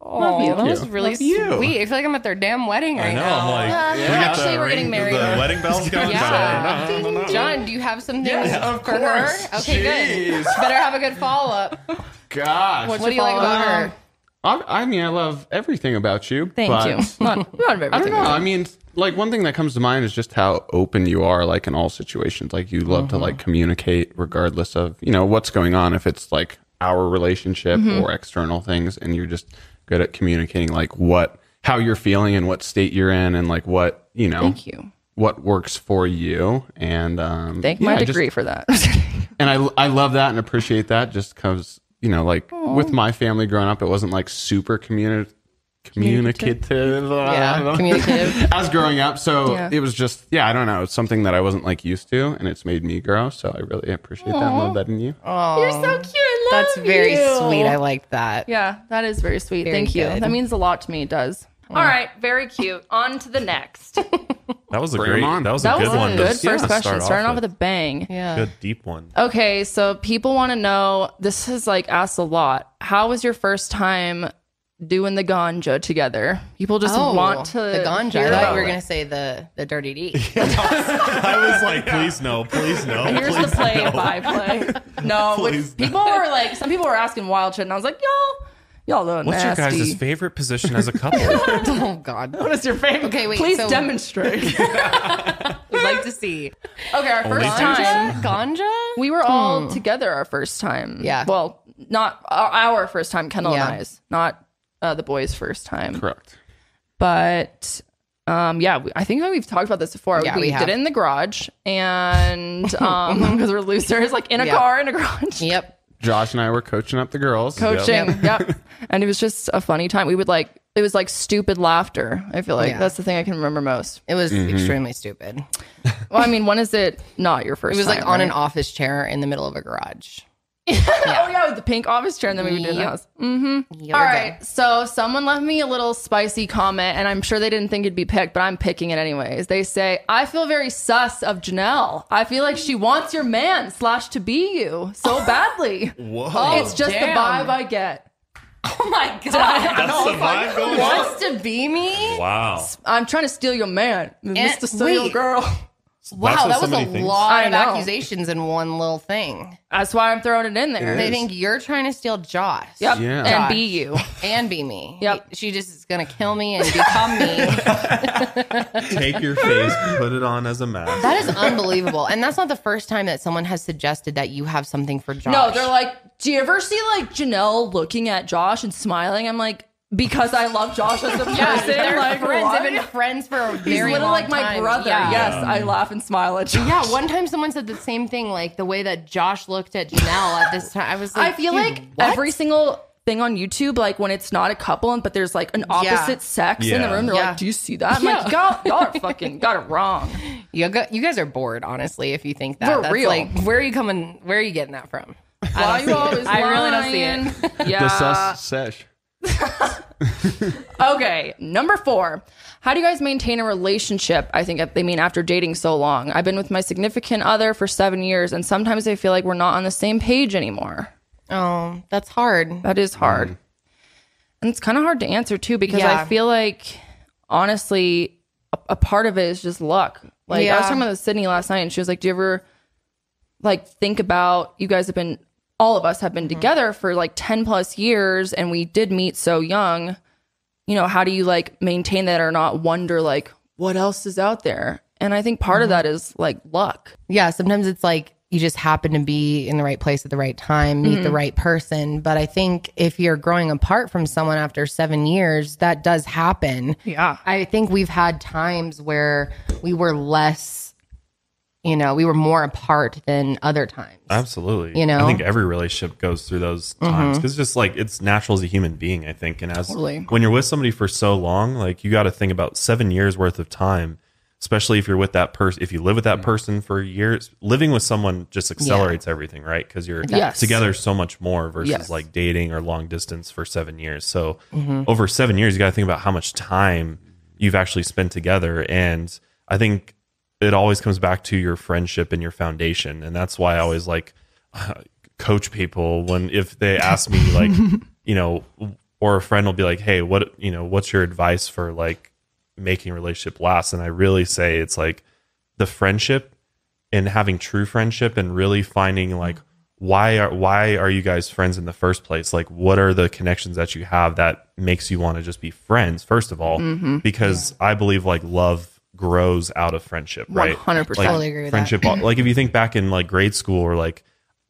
Love you. That
you.
was really
Love you.
sweet. I feel like I'm at their damn wedding right
I know. I'm
now.
like, we
yeah.
got
Actually,
the
we're
ring-
getting married.
The wedding bells going.
Yeah.
No, no, no, no.
John, do you have some things
Yeah, of
for
course.
her? Okay, good.
Jeez.
Better have a good follow up.
Gosh.
What do you like about her?
I, I mean, I love everything about you.
Thank
but
you. Not, not
I don't
everything.
know. I mean, like one thing that comes to mind is just how open you are, like in all situations. Like you love
Mm-hmm.
to like communicate, regardless of you know what's going on. If it's like our relationship
Mm-hmm.
or external things, and you're just good at communicating, like what how you're feeling and what state you're in, and like what you know.
Thank you.
What works for you, and um,
Thank
yeah,
my
I just-
degree for that.
and I, I love that and appreciate that just because you know like with my family growing up it wasn't like super communi- communicative
Yeah, communicative.
as growing up so
Yeah.
it was just yeah i don't know it's something that i wasn't like used to and it's made me grow so i really appreciate that and love that in you
You're so cute. I love
That's very
you.
sweet. I like that.
Yeah, that is very sweet.
Very
Thank you.
good.
That means a lot to me. It does. All right, very cute. On to the next.
That was a
Bring 'em
great.
on.
That was a
That
good
was
one.
a
to-
good first
to
question.
start
Starting off with a
with.
bang.
Yeah.
good deep one.
Okay, so people want to know. This is like asked a lot. How was your first time doing the ganja together? People just want to
Oh, the ganja.
hear
I thought
about
you were
it.
gonna say the the dirty D.
I was like, please no, please no.
Here's
please
the play
no.
by play. No, which
Please no.
people were like, some people were asking wild shit, and I was like, y'all, y'all look
What's
nasty.
your guys' favorite position as a couple?
oh God.
what is your favorite?
Okay, wait,
Please
so-
demonstrate. okay,
We'd like to see
our first
Ganja?
time.
ganja.
We were all together our first time.
Hmm. Yeah.
Well, not our, our first time, Kendall
Yeah.
and I's, not uh, the boys' first time.
correct
But um, yeah, we, I think that we've talked about this before.
Yeah,
we,
we
did
have.
it in the garage, and um, because we're losers, like in a
Yeah.
car in a garage.
Yep.
josh and i were coaching up the girls
Coaching, yep. and it was just a funny time. We would like it was like stupid laughter. I feel like
Yeah.
that's the thing I can remember most.
It was
Mm-hmm.
extremely stupid. It
Well, I mean, when is it not your first?
was like
time,
on
right?
an office chair in the middle of a garage.
Oh yeah, with the pink office chair, and then we would do it in the
Yep.
house. All right. So someone left me a little spicy comment, and I'm sure they didn't think it'd be picked, but I'm picking it anyways. They say, I feel very sus of Janelle. I feel like she wants your man slash to be you so badly. Oh,
Whoa.
it's just
damn.
the vibe I get.
Oh my God.
That's the vibe going on.
Wants to be me?
Wow.
I'm trying to steal your man. And
And
Mr. Steal Your
wait.
Girl.
Wow,
what
that was a
somebody thinks.
lot
I
of
know.
accusations in one little thing.
That's why I'm throwing it in there.
They think you're trying to steal Josh
Yep.
Yeah.
And be you.
and be me.
Yep.
She just is going to kill me and become me.
Take your face, put it on as a mask.
That is unbelievable. And that's not the first time that someone has suggested that you have something for Josh.
No, they're like, do you ever see like Janelle looking at Josh and smiling? I'm like, because I love Josh as a person.
yeah, they're
like,
friends.
what?
They've been friends for a very
He's literally
long
like my
time.
brother.
Yeah.
Yes, I laugh and smile at Josh.
Yeah, one time someone said the same thing, like the way that Josh looked at Janelle at this time. I was
I
like,
feel
dude,
like
what?
every single thing on YouTube, like when it's not a couple, but there's like an opposite sex in the
Yeah.
room, they're
Yeah.
like, "Do you see that?" I'm like, "Y'all, y'all are fucking got it wrong."
you, go, you guys are bored, honestly. If you think that,
We're
that's
real.
like, where are you coming? Where are you getting that from?
Why
I,
you always
I really don't see
lying?
it.
Yeah.
the sus sesh
Okay, number four. How do you guys maintain a relationship? I think they mean after dating so long. I've been with my significant other for seven years, and sometimes I feel like we're not on the same page anymore.
Oh, that's hard.
That is hard.
Mm-hmm.
And it's kind of hard to answer too because I
Yeah.
feel like honestly a, a part of it is just luck. Like I
Yeah.
was talking about this with Sydney last night and she was like, "Do you ever like think about you guys have been all of us have
Mm-hmm.
been together for like 10 plus years and we did meet so young. You know, how do you like maintain that or not wonder like what else is out there?" And I think part of
Mm-hmm.
that is like luck.
yeah, sometimes it's like you just happen to be in the right place at the right time, meet the right person. But I think if you're growing apart from someone after seven years, that does happen. Yeah. I think we've had times where we were less, you know, we were more apart than other times.
Absolutely.
You know?
I think every relationship goes through those times because it's just like it's natural as a human being, I think. And as
Mm-hmm. Totally.
when you're with somebody for so long, like you got to think about seven years worth of time especially if you're with that person if you live with that
Mm-hmm.
person for years living with someone just accelerates everything right because you're
Yes.
together so much more versus
Yes. Mm-hmm.
like dating or long distance for seven years so over seven years you got to think about how much time you've actually spent together and i think it always comes back to your friendship and your foundation and that's why i always like coach people when if they ask me like you know or a friend will be like hey what you know what's your advice for like making a relationship last and i really say it's like the friendship and having true friendship and really finding like why are why are you guys friends in the first place like what are the connections that you have that makes you want to just be friends first of all because i believe like love grows out of friendship right
100%.
like,
Totally agree with
friendship like if you think back in like grade school or like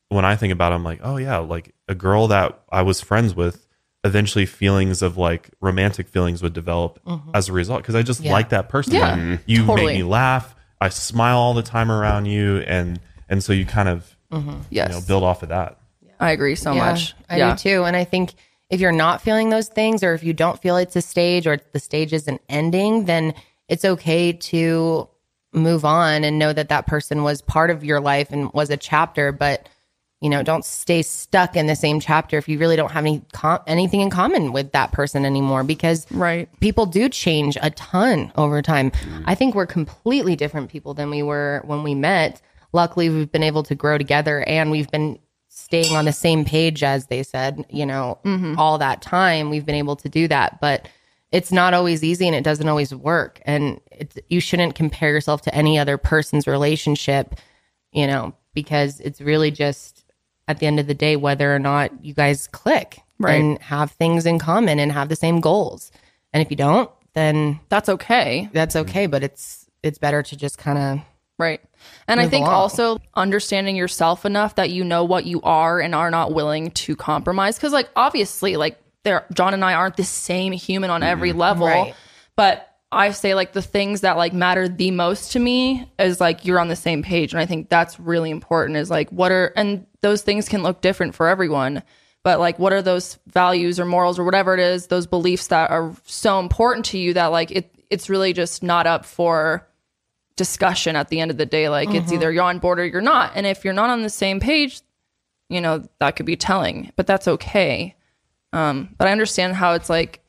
when i think about it i'm like oh yeah like a girl that i was friends with eventually feelings of like romantic feelings would develop as a result because i just
Mm-hmm. Yeah.
like that person
Yeah,
Like, you
totally.
make me laugh i smile all the time around you and and so you kind of
Mm-hmm.
Yes.
you know build off of that
I agree so
Yeah,
much.
I
yeah.
do too. And I think if you're not feeling those things, or if you don't feel it's a stage, or the stage isn't ending, then it's okay to move on and know that that person was part of your life and was a chapter. But you know, don't stay stuck in the same chapter if you really don't have any com- anything in common with that person anymore. Because
Right.
people do change a ton over time. I think we're completely different people than we were when we met. Luckily, we've been able to grow together and we've been staying on the same page, as they said, you know, all that time. We've been able to do that, but it's not always easy and it doesn't always work. And it's, you shouldn't compare yourself to any other person's relationship, you know, because it's really just at the end of the day whether or not you guys click
Right.
and have things in common and have the same goals. And if you don't, then
That's okay.
that's okay. But it's it's better to just kind of
Right. And I
Move
think
along.
also understanding yourself enough that you know what you are and are not willing to compromise. Cause like obviously, like there John and I aren't the same human on every level.
Right.
But I say like the things that like matter the most to me is like you're on the same page. And I think that's really important is like what are and those things can look different for everyone. But like what are those values or morals or whatever it is, those beliefs that are so important to you that like it it's really just not up for discussion at the end of the day. Like
Mm-hmm.
it's either you're on board or you're not. And if you're not on the same page, you know, that could be telling, but that's okay. Um, but I understand how it's like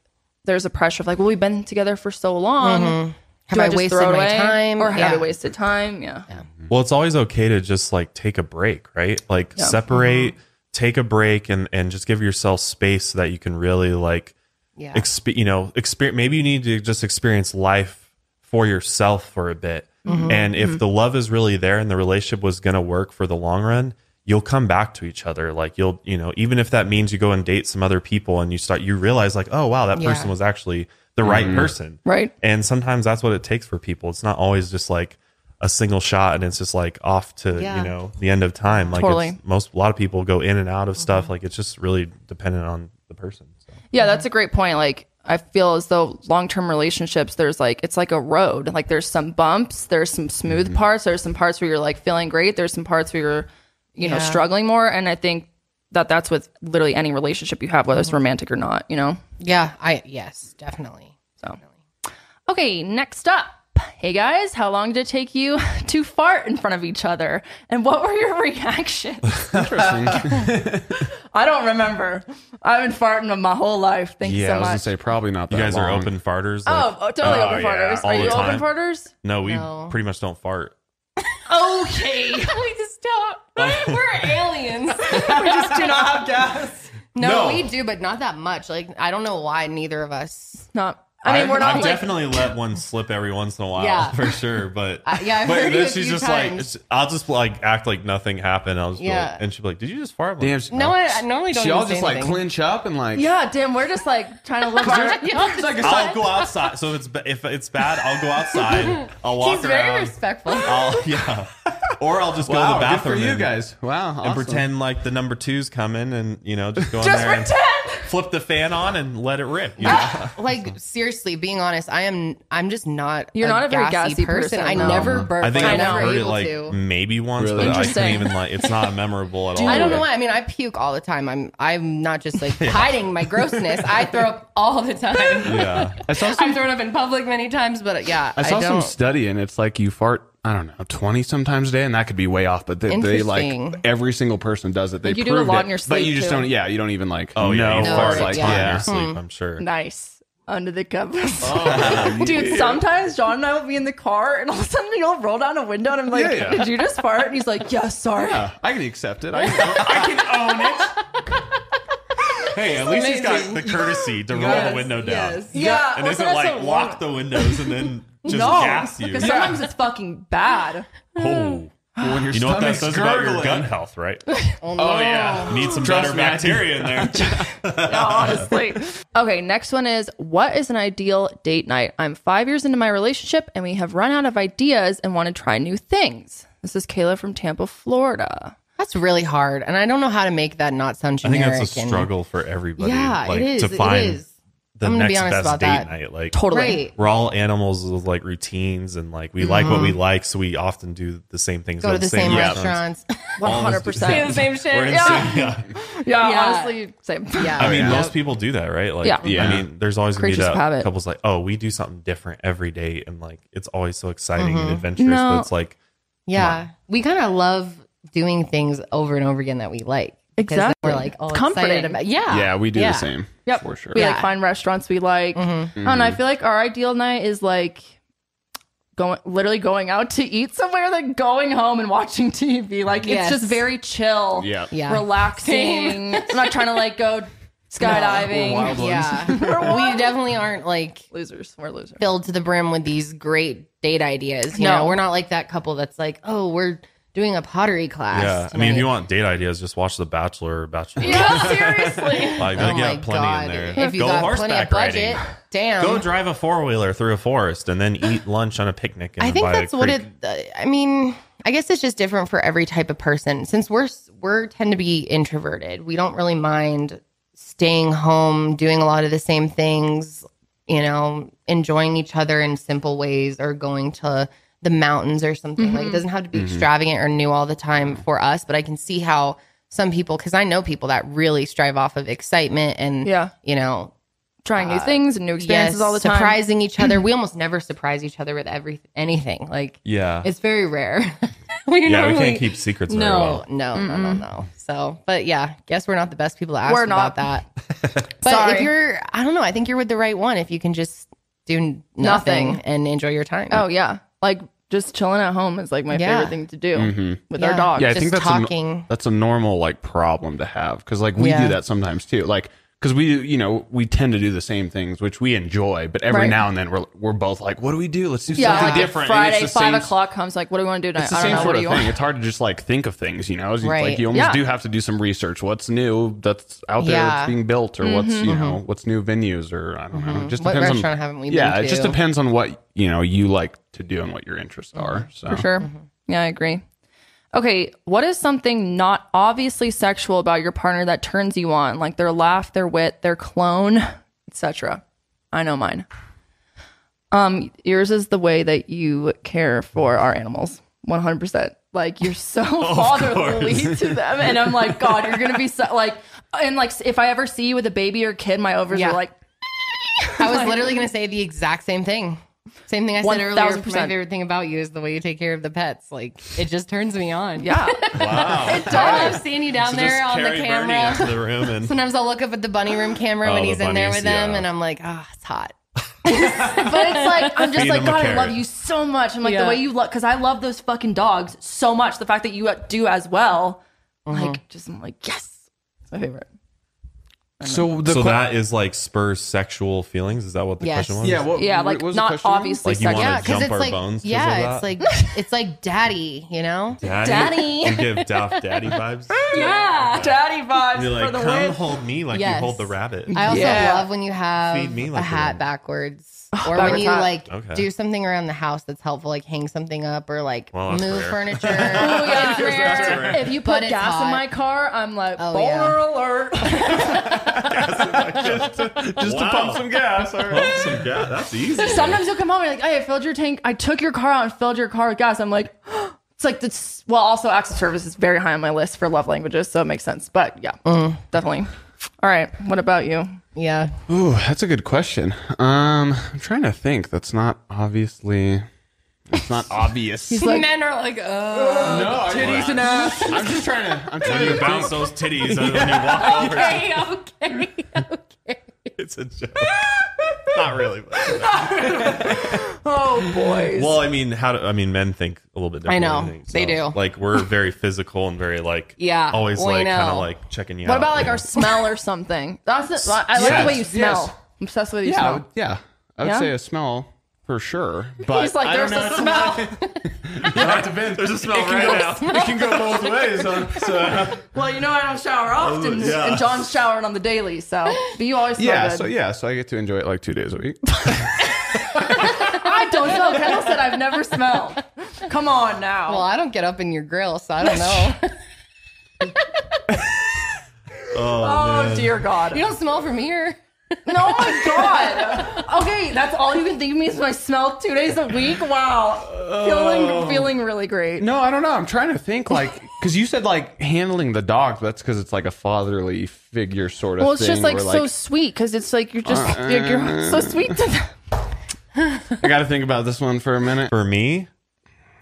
there's a pressure of like, well, we've been together for so long.
Mm-hmm. Have I wasted my time?
Or have I
Yeah.
wasted time? Yeah.
Well, it's always okay to just like take a break, right? Like separate,
Mm-hmm.
take a break, and and just give yourself space so that you can really like,
Yeah.
exp- you know, experience. Maybe you need to just experience life for yourself for a bit.
Mm-hmm.
And if the love is really there and the relationship was gonna work for the long run, you'll come back to each other. Like you'll, you know, even if that means you go and date some other people and you start, you realize like, oh wow, that
Yeah.
person was actually the right person,
Right.
and sometimes that's what it takes for people. It's not always just like a single shot and it's just like off to,
Yeah.
you know, the end of time. Like
Totally.
it's, most, a lot of people go in and out of
Mm-hmm.
stuff. Like it's just really dependent on the person. So.
Yeah, that's a great point. Like I feel as though long-term relationships, there's like it's like a road. Like there's some bumps, there's some smooth
Mm-hmm.
parts, there's some parts where you're like feeling great, there's some parts where you're, you know,
Yeah.
struggling more. And I think that that's with literally any relationship you have, whether
Mm-hmm.
it's romantic or not. You know.
yeah. I yes, definitely.
So. Okay, next up. Hey guys, how long did it take you to fart in front of each other? And what were your reactions?
Interesting.
I don't remember. I've been farting my whole life. Thank
yeah,
you so
I was
much.
gonna say probably not. That
You guys are
long.
open farters.
Oh,
Like,
oh, totally
Oh,
open
yeah,
farters.
all
Are
the
you
time.
open farters?
no, we
No.
pretty much don't fart.
Okay. we just don't.
We're aliens.
just do not have gas.
no,
No.
we do, but not that much. Like I don't know why neither of us.
Not. I mean, we're not
I've
like.
definitely let one slip every once in a while
Yeah.
for sure. But
I- yeah, I've
but
heard
then
it a
she's
few
just
times.
like, I'll just like act like nothing happened. I'll just be
Yeah.
like, and she'll be like, did you just fart? I'm like,
Damn.
No, I, I normally don't.
She
even
all
say
just like
anything.
clinch up and like.
yeah, damn. We're just like trying to live our.
It's like a
I'll
side-
go outside. So if it's ba- if it's bad, I'll go outside. I'll walk
He's
around.
very respectful.
I'll, yeah. Or I'll just go to the
wow, good
bathroom
for you
and,
guys. Wow,
and
awesome.
pretend like the number two's coming and, you know, just go in
Just
there
pretend.
flip the fan on and let it rip. you know?
like seriously, being honest, I am. I'm just not.
You're not a very gassy person,
I
no.
never burp.
I think
I'm
I've
never
heard it
able
like
to.
maybe once,
Really?
but I
Interesting.
can't even like. It's not memorable at all.
I don't know why. I mean, I puke all the time. I'm I'm not just like hiding my grossness. I throw up all the time.
Yeah,
I saw some
I've thrown up in public many times,
uh,
but yeah,
I saw some
don't.
study, and it's like you fart. I don't know, twenty sometimes a day, and that could be way off. But they, they like
Interesting.
every single person does it. They
Like, you do it a
proved
lot in your
but
sleep,
you just
too.
don't. Yeah, you don't even like.
Oh yeah,
know
you
it's
fart
like,
a ton in
yeah.
your sleep.
Hmm.
I'm sure.
Nice. Under the covers. Dude, sometimes John and I will be in the car and all of a sudden you'll roll down a window and I'm like,
Yeah, yeah.
Did you just fart? And he's like, Yeah, sorry.
Yeah, I can accept it. I can, I can own
Hey, at least he's got the courtesy to roll
Yes,
the window down.
yes.
Yeah.
and
well,
isn't
sometimes
like
I'll
lock
want-
the windows and then just
No,
gas you.
because sometimes it's fucking bad.
Oh,
it. When your
you know what that
stomach's
says about your
gurgling.
gut health, right?
Oh, no.
Oh yeah, need some better
Trust me, I do.
bacteria in there.
honestly. okay, next one is what is an ideal date night? I'm five years into my relationship and we have run out of ideas and want to try new things. This is Kayla from Tampa, Florida.
That's really hard, and I don't know how to make that not sound
I think
generic.
that's a
and-
struggle for everybody.
Yeah,
like,
it is.
to find
it is.
the
I'm gonna be
next
honest
best
about
date
that.
night. Like
Totally.
Right.
we're all animals with like routines and like we like what we like, so we often do the same things.
Mm-hmm. Go
at
to the same
restaurants.
restaurants.
100%.
same
We're in sync, yeah.
Yeah,
Yeah.
honestly, same.
Yeah.
I mean,
Yep.
most people do that, right? Like,
Yeah.
Yeah.
I mean, there's always gonna
Creatures
be
of
that
habit.
couples like, oh, we do something different every day, and like it's always so exciting
Mm-hmm.
and adventurous.
No.
But it's like,
Yeah. We kind of love doing things over and over again that we like. Because then
Exactly.
We're like, oh,
It's comforting.
excited about. Yeah.
Yeah, we do
Yeah.
the same.
Yep.
for sure.
We like
Yeah. Mm-hmm.
find restaurants we like. I don't know. I feel like our ideal night is like going literally going out to eat somewhere, then going home and watching TV. Like
Yes.
it's just very chill.
Yeah.
Yeah.
Relaxing. I'm not trying to like go skydiving.
Yeah. we definitely aren't like
Losers. We're losers.
filled to the brim with these great date ideas. You
No.
know, we're not like that couple that's like, oh, we're doing a pottery class.
yeah. I mean, if
tonight.
you want date ideas, just watch The Bachelor, or Bachelor.
Yeah, seriously.
Like, they
Oh my
got plenty
God.
in there.
If you
Go
got plenty of
horseback
budget, Um,
riding.
damn.
Go drive a four wheeler through a forest and then eat lunch on a picnic. And
I think
by a
that's what
creek.
it. uh, I mean, I guess it's just different for every type of person. Since we're s- we're tend to be introverted, we don't really mind staying home, doing a lot of the same things. You know, enjoying each other in simple ways, or going to the mountains or something. Like
Mm-hmm.
it doesn't have
Mm-hmm.
to be extravagant or new all the time for us. But I can see how some people, because I know people that really strive off of excitement and
Yeah.
you know
Trying new things and new experiences all the time.
surprising each other. we almost never surprise each other with every anything. Like
Yeah.
it's very rare. we
yeah, we
normally-
can't keep secrets very
No,
well.
no, no, no, no. So, but yeah, guess we're not the best people to ask
We're
about
not.
that. But if
Sorry.
you're, I don't know, I think you're with the right one if you can just do n- nothing,
Nothing.
and enjoy your time.
Oh yeah. Like just chilling at home is like my
Yeah.
favorite thing to do with
Yeah.
our dog.
Mm-hmm. yeah, I
just
think that's A,
talking.
no- that's a normal like problem to have because like we
Yeah.
do that sometimes too. Like because we do, you know, we tend to do the same things which we enjoy, but every
Right.
now and then we're we're both like, what do we do? Let's do
Yeah,
something
like
different. And
Friday,
it's the
five
same-
o'clock comes. Like, what do we want to do tonight?
It's the
I don't
same
know. what
sort of
do you
thing.
want?
It's hard to just like think of things, you know. It's
Right.
Like you almost
Yeah.
do have to do some research. What's new? That's out there
Yeah.
that's being built, or what's you
Mm-hmm.
know what's new venues, or I don't know. It just
What
depends
restaurant
on,
haven't we
Yeah,
been
it just
to?
depends on what you know you like to do and what your interests are. So
Mm-hmm. Sure. Yeah, I agree. Okay, what is something not obviously sexual about your partner that turns you on, like their laugh, their wit, their clone, etc.? I know mine. Um, yours is the way that you care for our animals, one hundred percent. Like you're so fatherly to them, and I'm like, God, you're gonna be so like, and like if I ever see you with a baby or kid, my overs
Yeah.
are like,
I was literally going to say the exact same thing. Same thing I said earlier.
1000%.
My favorite thing about you is the way you take care of the pets. Like it just turns me on.
yeah,
Wow.
I love seeing you down
So
there
just
on the
carry Bernie
camera.
into the room and
Sometimes I'll look up at the bunny room camera
Oh,
when
the
he's in there
bunnies,
with them,
yeah.
and I'm like, ah, it's hot.
But it's like I'm just
Feed
like
them a
God, I love
carrot.
you so much. I'm like
Yeah.
the way you look because I love those fucking dogs so much. The fact that you uh, do as well, like just I'm like yes, Uh-huh. it's my favorite.
so the
so
que-
that is like spurs sexual feelings. Is that what the
Yes.
question was?
yeah what,
Yeah,
what
like
was the
not
question?
obviously
Like, you
sexual.
wanna-
Yeah, because
jump
it's
our
like,
bones 'cause of
yeah,
that?
it's like, it's like daddy, you know.
Daddy, you give Daft Daddy vibes.
Yeah, daddy vibes
You're
for
like,
the
come
win.
hold me like you
Yes.
hold the rabbit.
I also
Yeah. Oh,
love when you have
Feed me
a
like
hat
that.
backwards, or when
Backwards
you
hat.
like
Okay.
do something around the house that's helpful, like hang something up or like
Well, that's
move
rare.
furniture.
Yeah,
It's rare.
If you
But
put
it's
gas
hot.
in my car, I'm like
Oh,
boner
yeah.
alert.
just to pump some gas. All right.
Some gas. That's easy.
Sometimes you'll come home and you're like, hey, I filled your tank. I took your car out and filled your car with gas. I'm like, it's like this. Well, also access service is very high on my list for love languages, so it makes sense. But yeah, definitely. All right, what about you?
Yeah.
Ooh, that's a good question. Um, I'm trying to think. That's not obviously. It's not obvious. no,
Men are like, uh,
I,
Titties and ass.
I'm just trying to. I'm trying to
bounce those titties and then you walk over.
okay, okay, okay.
It's a joke. Not really. But
Oh boys.
Well, I mean, how do I mean? Men think a little bit
I
differently.
know.
think,
They do.
Like we're very physical and very like
Yeah.
always
We
like
know.
kind of like checking you out.
what about like
you
our
know?
smell or something? That's the, I like
Yes,
the way you smell.
yes.
I'm obsessed with you
yeah, I would,
smell.
yeah. I would
Yeah?
say a smell for sure, but
He's like,
I don't
there's a
know.
smell.
It depends. There's a smell right now. It can go both ways. huh? So,
well, you know I don't shower often,
yeah.
and John's showering on the daily, so but you always smell
yeah,
good.
so yeah, so I get to enjoy it like two days a week.
I don't know. Kendall said I've never smelled. Come on now.
Well, I don't get up in your grill, so I don't know.
oh dear God.
you don't smell from here.
No, my God. Okay, that's all you can think of me is my smell two days a week. Wow, feeling feeling really great.
No, I don't know. I'm trying to think, like, because you said like handling the dog. But that's because it's like a fatherly figure sort of.
Well, it's just
thing,
like, Uh-uh.
where,
so sweet because it's like you're just you're, you're so sweet to them.
I got to think about this one for a minute.
For me,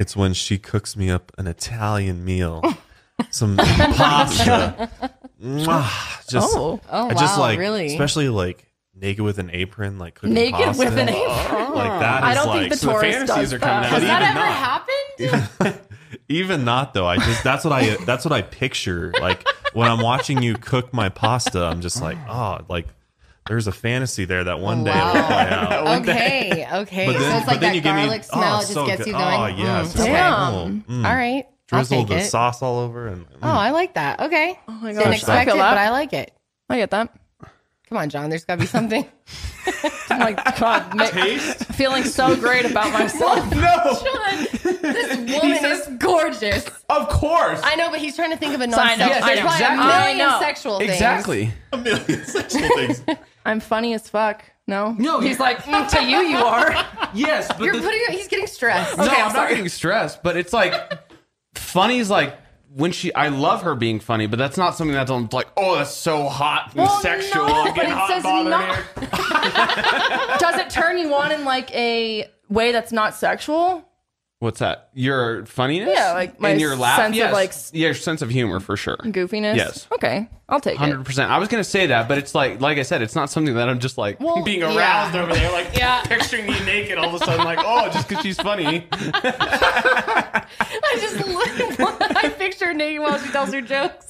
it's when she cooks me up an Italian meal, some pasta. Mwah. just,
Oh.
Oh,
I just
wow,
like,
really?
especially like naked with an apron, like cooking
naked
pasta.
with an apron.
Like that
I
is,
don't
like-
think the tourist does
fantasies are coming
that.
out.
But even not,
happened?
even not though. I just that's what I that's what I picture. Like when I'm watching you cook my pasta, I'm just like, oh, like there's a fantasy there that one day
Wow.
will play out.
okay, okay.
But then,
so it's
but
like
then you
that
give me
garlic smell
oh,
it just
so
gets
good.
you
Oh
going.
yeah, it's
Mm,
just like,
okay.
Damn.
oh, mm.
All right. I'll
drizzle
take
the
it.
sauce all over and
Oh, I like that. Okay. Oh
my
Didn't
gosh, I
expect it,
feel that.
but I like it.
I get that.
Come on, John. There's got to be something.
I'm like God, ma- feeling so great about myself.
No,
this woman is gorgeous.
of course,
I know, but he's trying to think of a
I know,
non-sexual. There's
I know,
probably
exactly.
a
I
million
know.
sexual things.
exactly.
a million sexual things.
I'm funny as fuck. No,
No,
He's
you-
like mm, to you, you are.
Yes, but
You're
the-
putting. He's getting stressed.
no, I'm not getting stressed. But it's like funny is like when she. I love her being funny, but that's not something that's on like, oh, that's so hot and
Well,
sexual.
no,
I'm
but
getting
it
hot
says
and bothered
not-
here.
Does it turn you on in like a way that's not sexual?
What's that? Your funniness?
Yeah, like my
and your laugh?
sense of,
yes.
like,
your sense of humor for sure.
Goofiness.
Yes.
Okay, I'll take
Hundred
it.
percent. I was gonna say that, but it's like, like I said, it's not something that I'm just like
Well,
being
yeah.
aroused over there, like picturing me naked all of a sudden, like oh, just because she's funny.
I just look- I picture Nikki while she tells her jokes.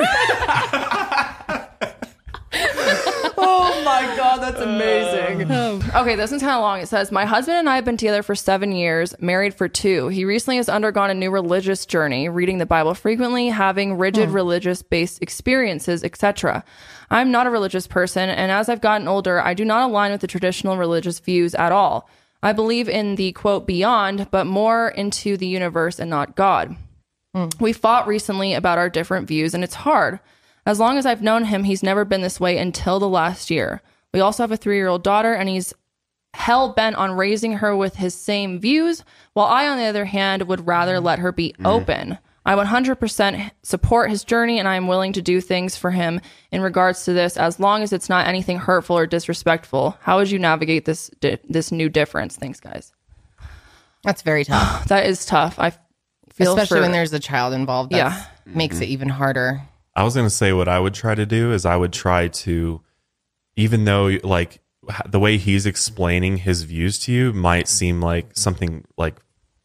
Oh my god, that's amazing. okay, this one's kind of long. It says, "My husband and I have been together for seven years, married for two. He recently has undergone a new religious journey, reading the Bible frequently, having
Hmm.
rigid religious-based experiences, etc. I'm not a religious person, and as I've gotten older, I do not align with the traditional religious views at all. I believe in the quote beyond, but more into the universe and not God." We fought recently about our different views, and it's hard. As long as I've known him, he's never been this way until the last year. We also have a three year old daughter, and he's hell bent on raising her with his same views, while I, on the other hand, would rather let her be open. I 100% support his journey, and I am willing to do things for him in regards to this as long as it's not anything hurtful or disrespectful. How would you navigate this di- this new difference? Thanks, guys.
That's very tough,
That is tough. I feel
especially
for-
when there's a child involved. That
Yeah. Mm-hmm.
makes it even harder.
I was going to say what I would try to do is I would try to, even though like h- the way he's explaining his views to you might seem like something like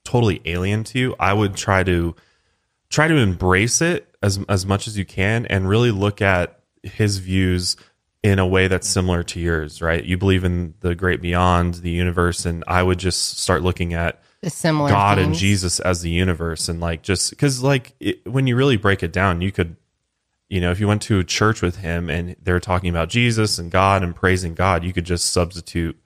totally alien to you, I would try to try to embrace it as as much as you can and really look at his views in a way that's similar to yours, right? You believe in the great beyond, the universe, and I would just start looking at
The similar
God and
themes.
Jesus as the universe, and like just because like it, when you really break it down, you could, you know, if you went to a church with him and they're talking about Jesus and God and praising God, you could just substitute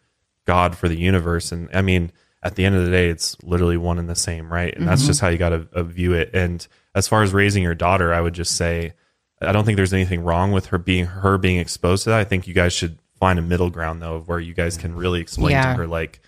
God for the universe, and I mean, at the end of the day, it's literally one and the
Mm-hmm.
uh, same, right? And that's just how you got to view it. And as far as raising your daughter, I would just say, I don't think there's anything wrong with her being her being exposed to that. I think you guys should find a middle ground though of where you guys can really explain
Yeah.
to her like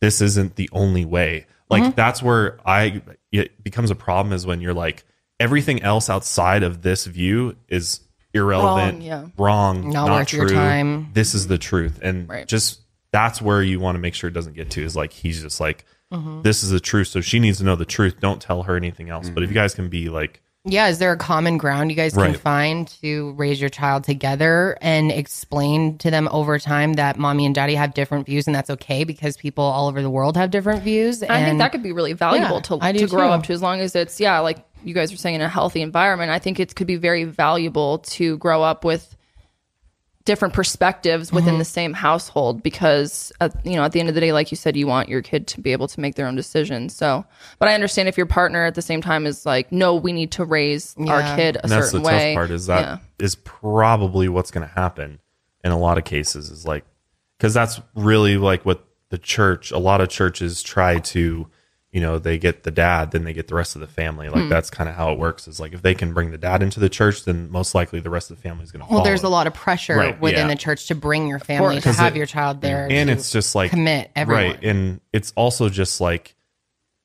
this isn't the only way. Like
Mm-hmm.
that's where I it becomes a problem is when you're like everything else outside of this view is irrelevant,
Wrong, yeah.
wrong,
Not
not,
worth
true.
your time.
This is the truth, and
Right.
just that's where you want to make sure it doesn't get to is like he's just like
Mm-hmm.
this is the truth, so she needs to know the truth. Don't tell her anything else. But if you guys can be like
Yeah, is there a common ground you guys can
Right.
find to raise your child together and explain to them over time that mommy and daddy have different views and that's okay because people all over the world have different views? And
I think that could be really valuable
Yeah, I
to,
do
to grow
too.
up to as long as it's, yeah, like you guys were saying, in a healthy environment. I think it could be very valuable to grow up with different perspectives within
Mm-hmm.
the same household because, at, you know, at the end of the day, like you said, you want your kid to be able to make their own decisions. So, but I understand if your partner at the same time is like, no, we need to raise
Yeah.
our kid a
and
certain
that's the tough
way.
part is that is
Yeah.
probably what's going to happen in a lot of cases is like because that's really like what the church a lot of churches try to you know they get the dad then they get the rest of the family like that's kind of how it works is like if they can bring the dad into the church then most likely the rest of the family is going to
well, there's a lot of pressure
Right,
within
yeah.
the church to bring your family to
Because
have
it-
your child there.
and
to-
it's just like
commit everyone.
right and it's also just like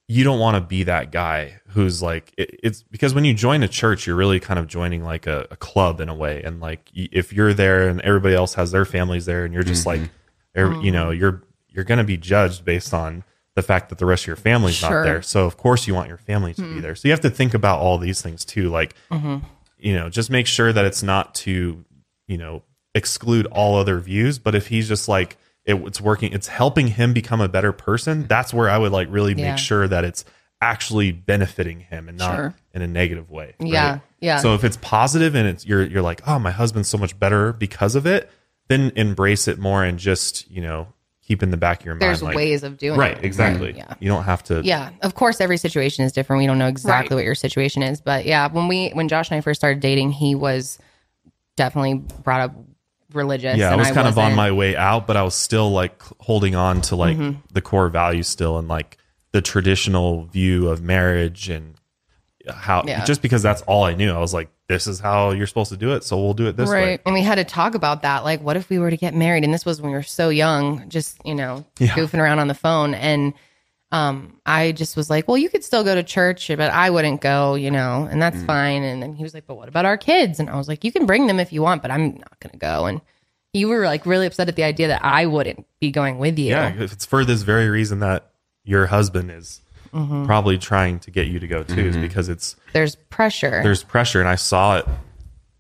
you don't want to be that guy who's like it, it's because when you join a church you're really kind of joining like a, a club in a way and like y- if you're there and everybody else has their families there and you're just like
Mm-hmm.
every- you know you're you're going to be judged based on the fact that the rest of your family's
Sure. Hmm.
not there so of course you want your family to be there so you have to think about all these things too like you know, just make sure that it's not to, you know, exclude all other views. But if he's just like, it, it's working, it's helping him become a better person. That's where I would like really
Yeah.
make sure that it's actually benefiting him and not
Sure.
in a negative way. right?
Yeah, yeah.
So if it's positive and it's you're you're like, oh, my husband's so much better because of it, then embrace it more and just you know keep in the back of your
there's
mind. like-
ways of doing it.
right, exactly.
Yeah.
You don't have to.
Yeah, of course, every situation is different. We don't know exactly
Right.
what your situation is, but yeah, when we when Josh and I first started dating, he was definitely brought up religious.
yeah, I
and
was kind of on
wasn't.
my way out, but I was still like holding on to like the core values still and like the traditional view of marriage and how
Yeah.
just because that's all I knew. I was like, this is how you're supposed to do it, so we'll do it this way.
Right.
and we had to talk about that. Like, what if we were to get married? And this was when we were so young, just you know, goofing around on the phone. And um, I just was like, well, you could still go to church, but I wouldn't go, you know,
Mm.
and that's fine. And then he was like, but what about our kids? And I was like, you can bring them if you want, but I'm not going to go. And you were like really upset at the idea that I wouldn't be going with you.
Yeah, if it's for this very reason that your husband is probably trying to get you to go too, is because it's
There's pressure.
there's pressure, and I saw it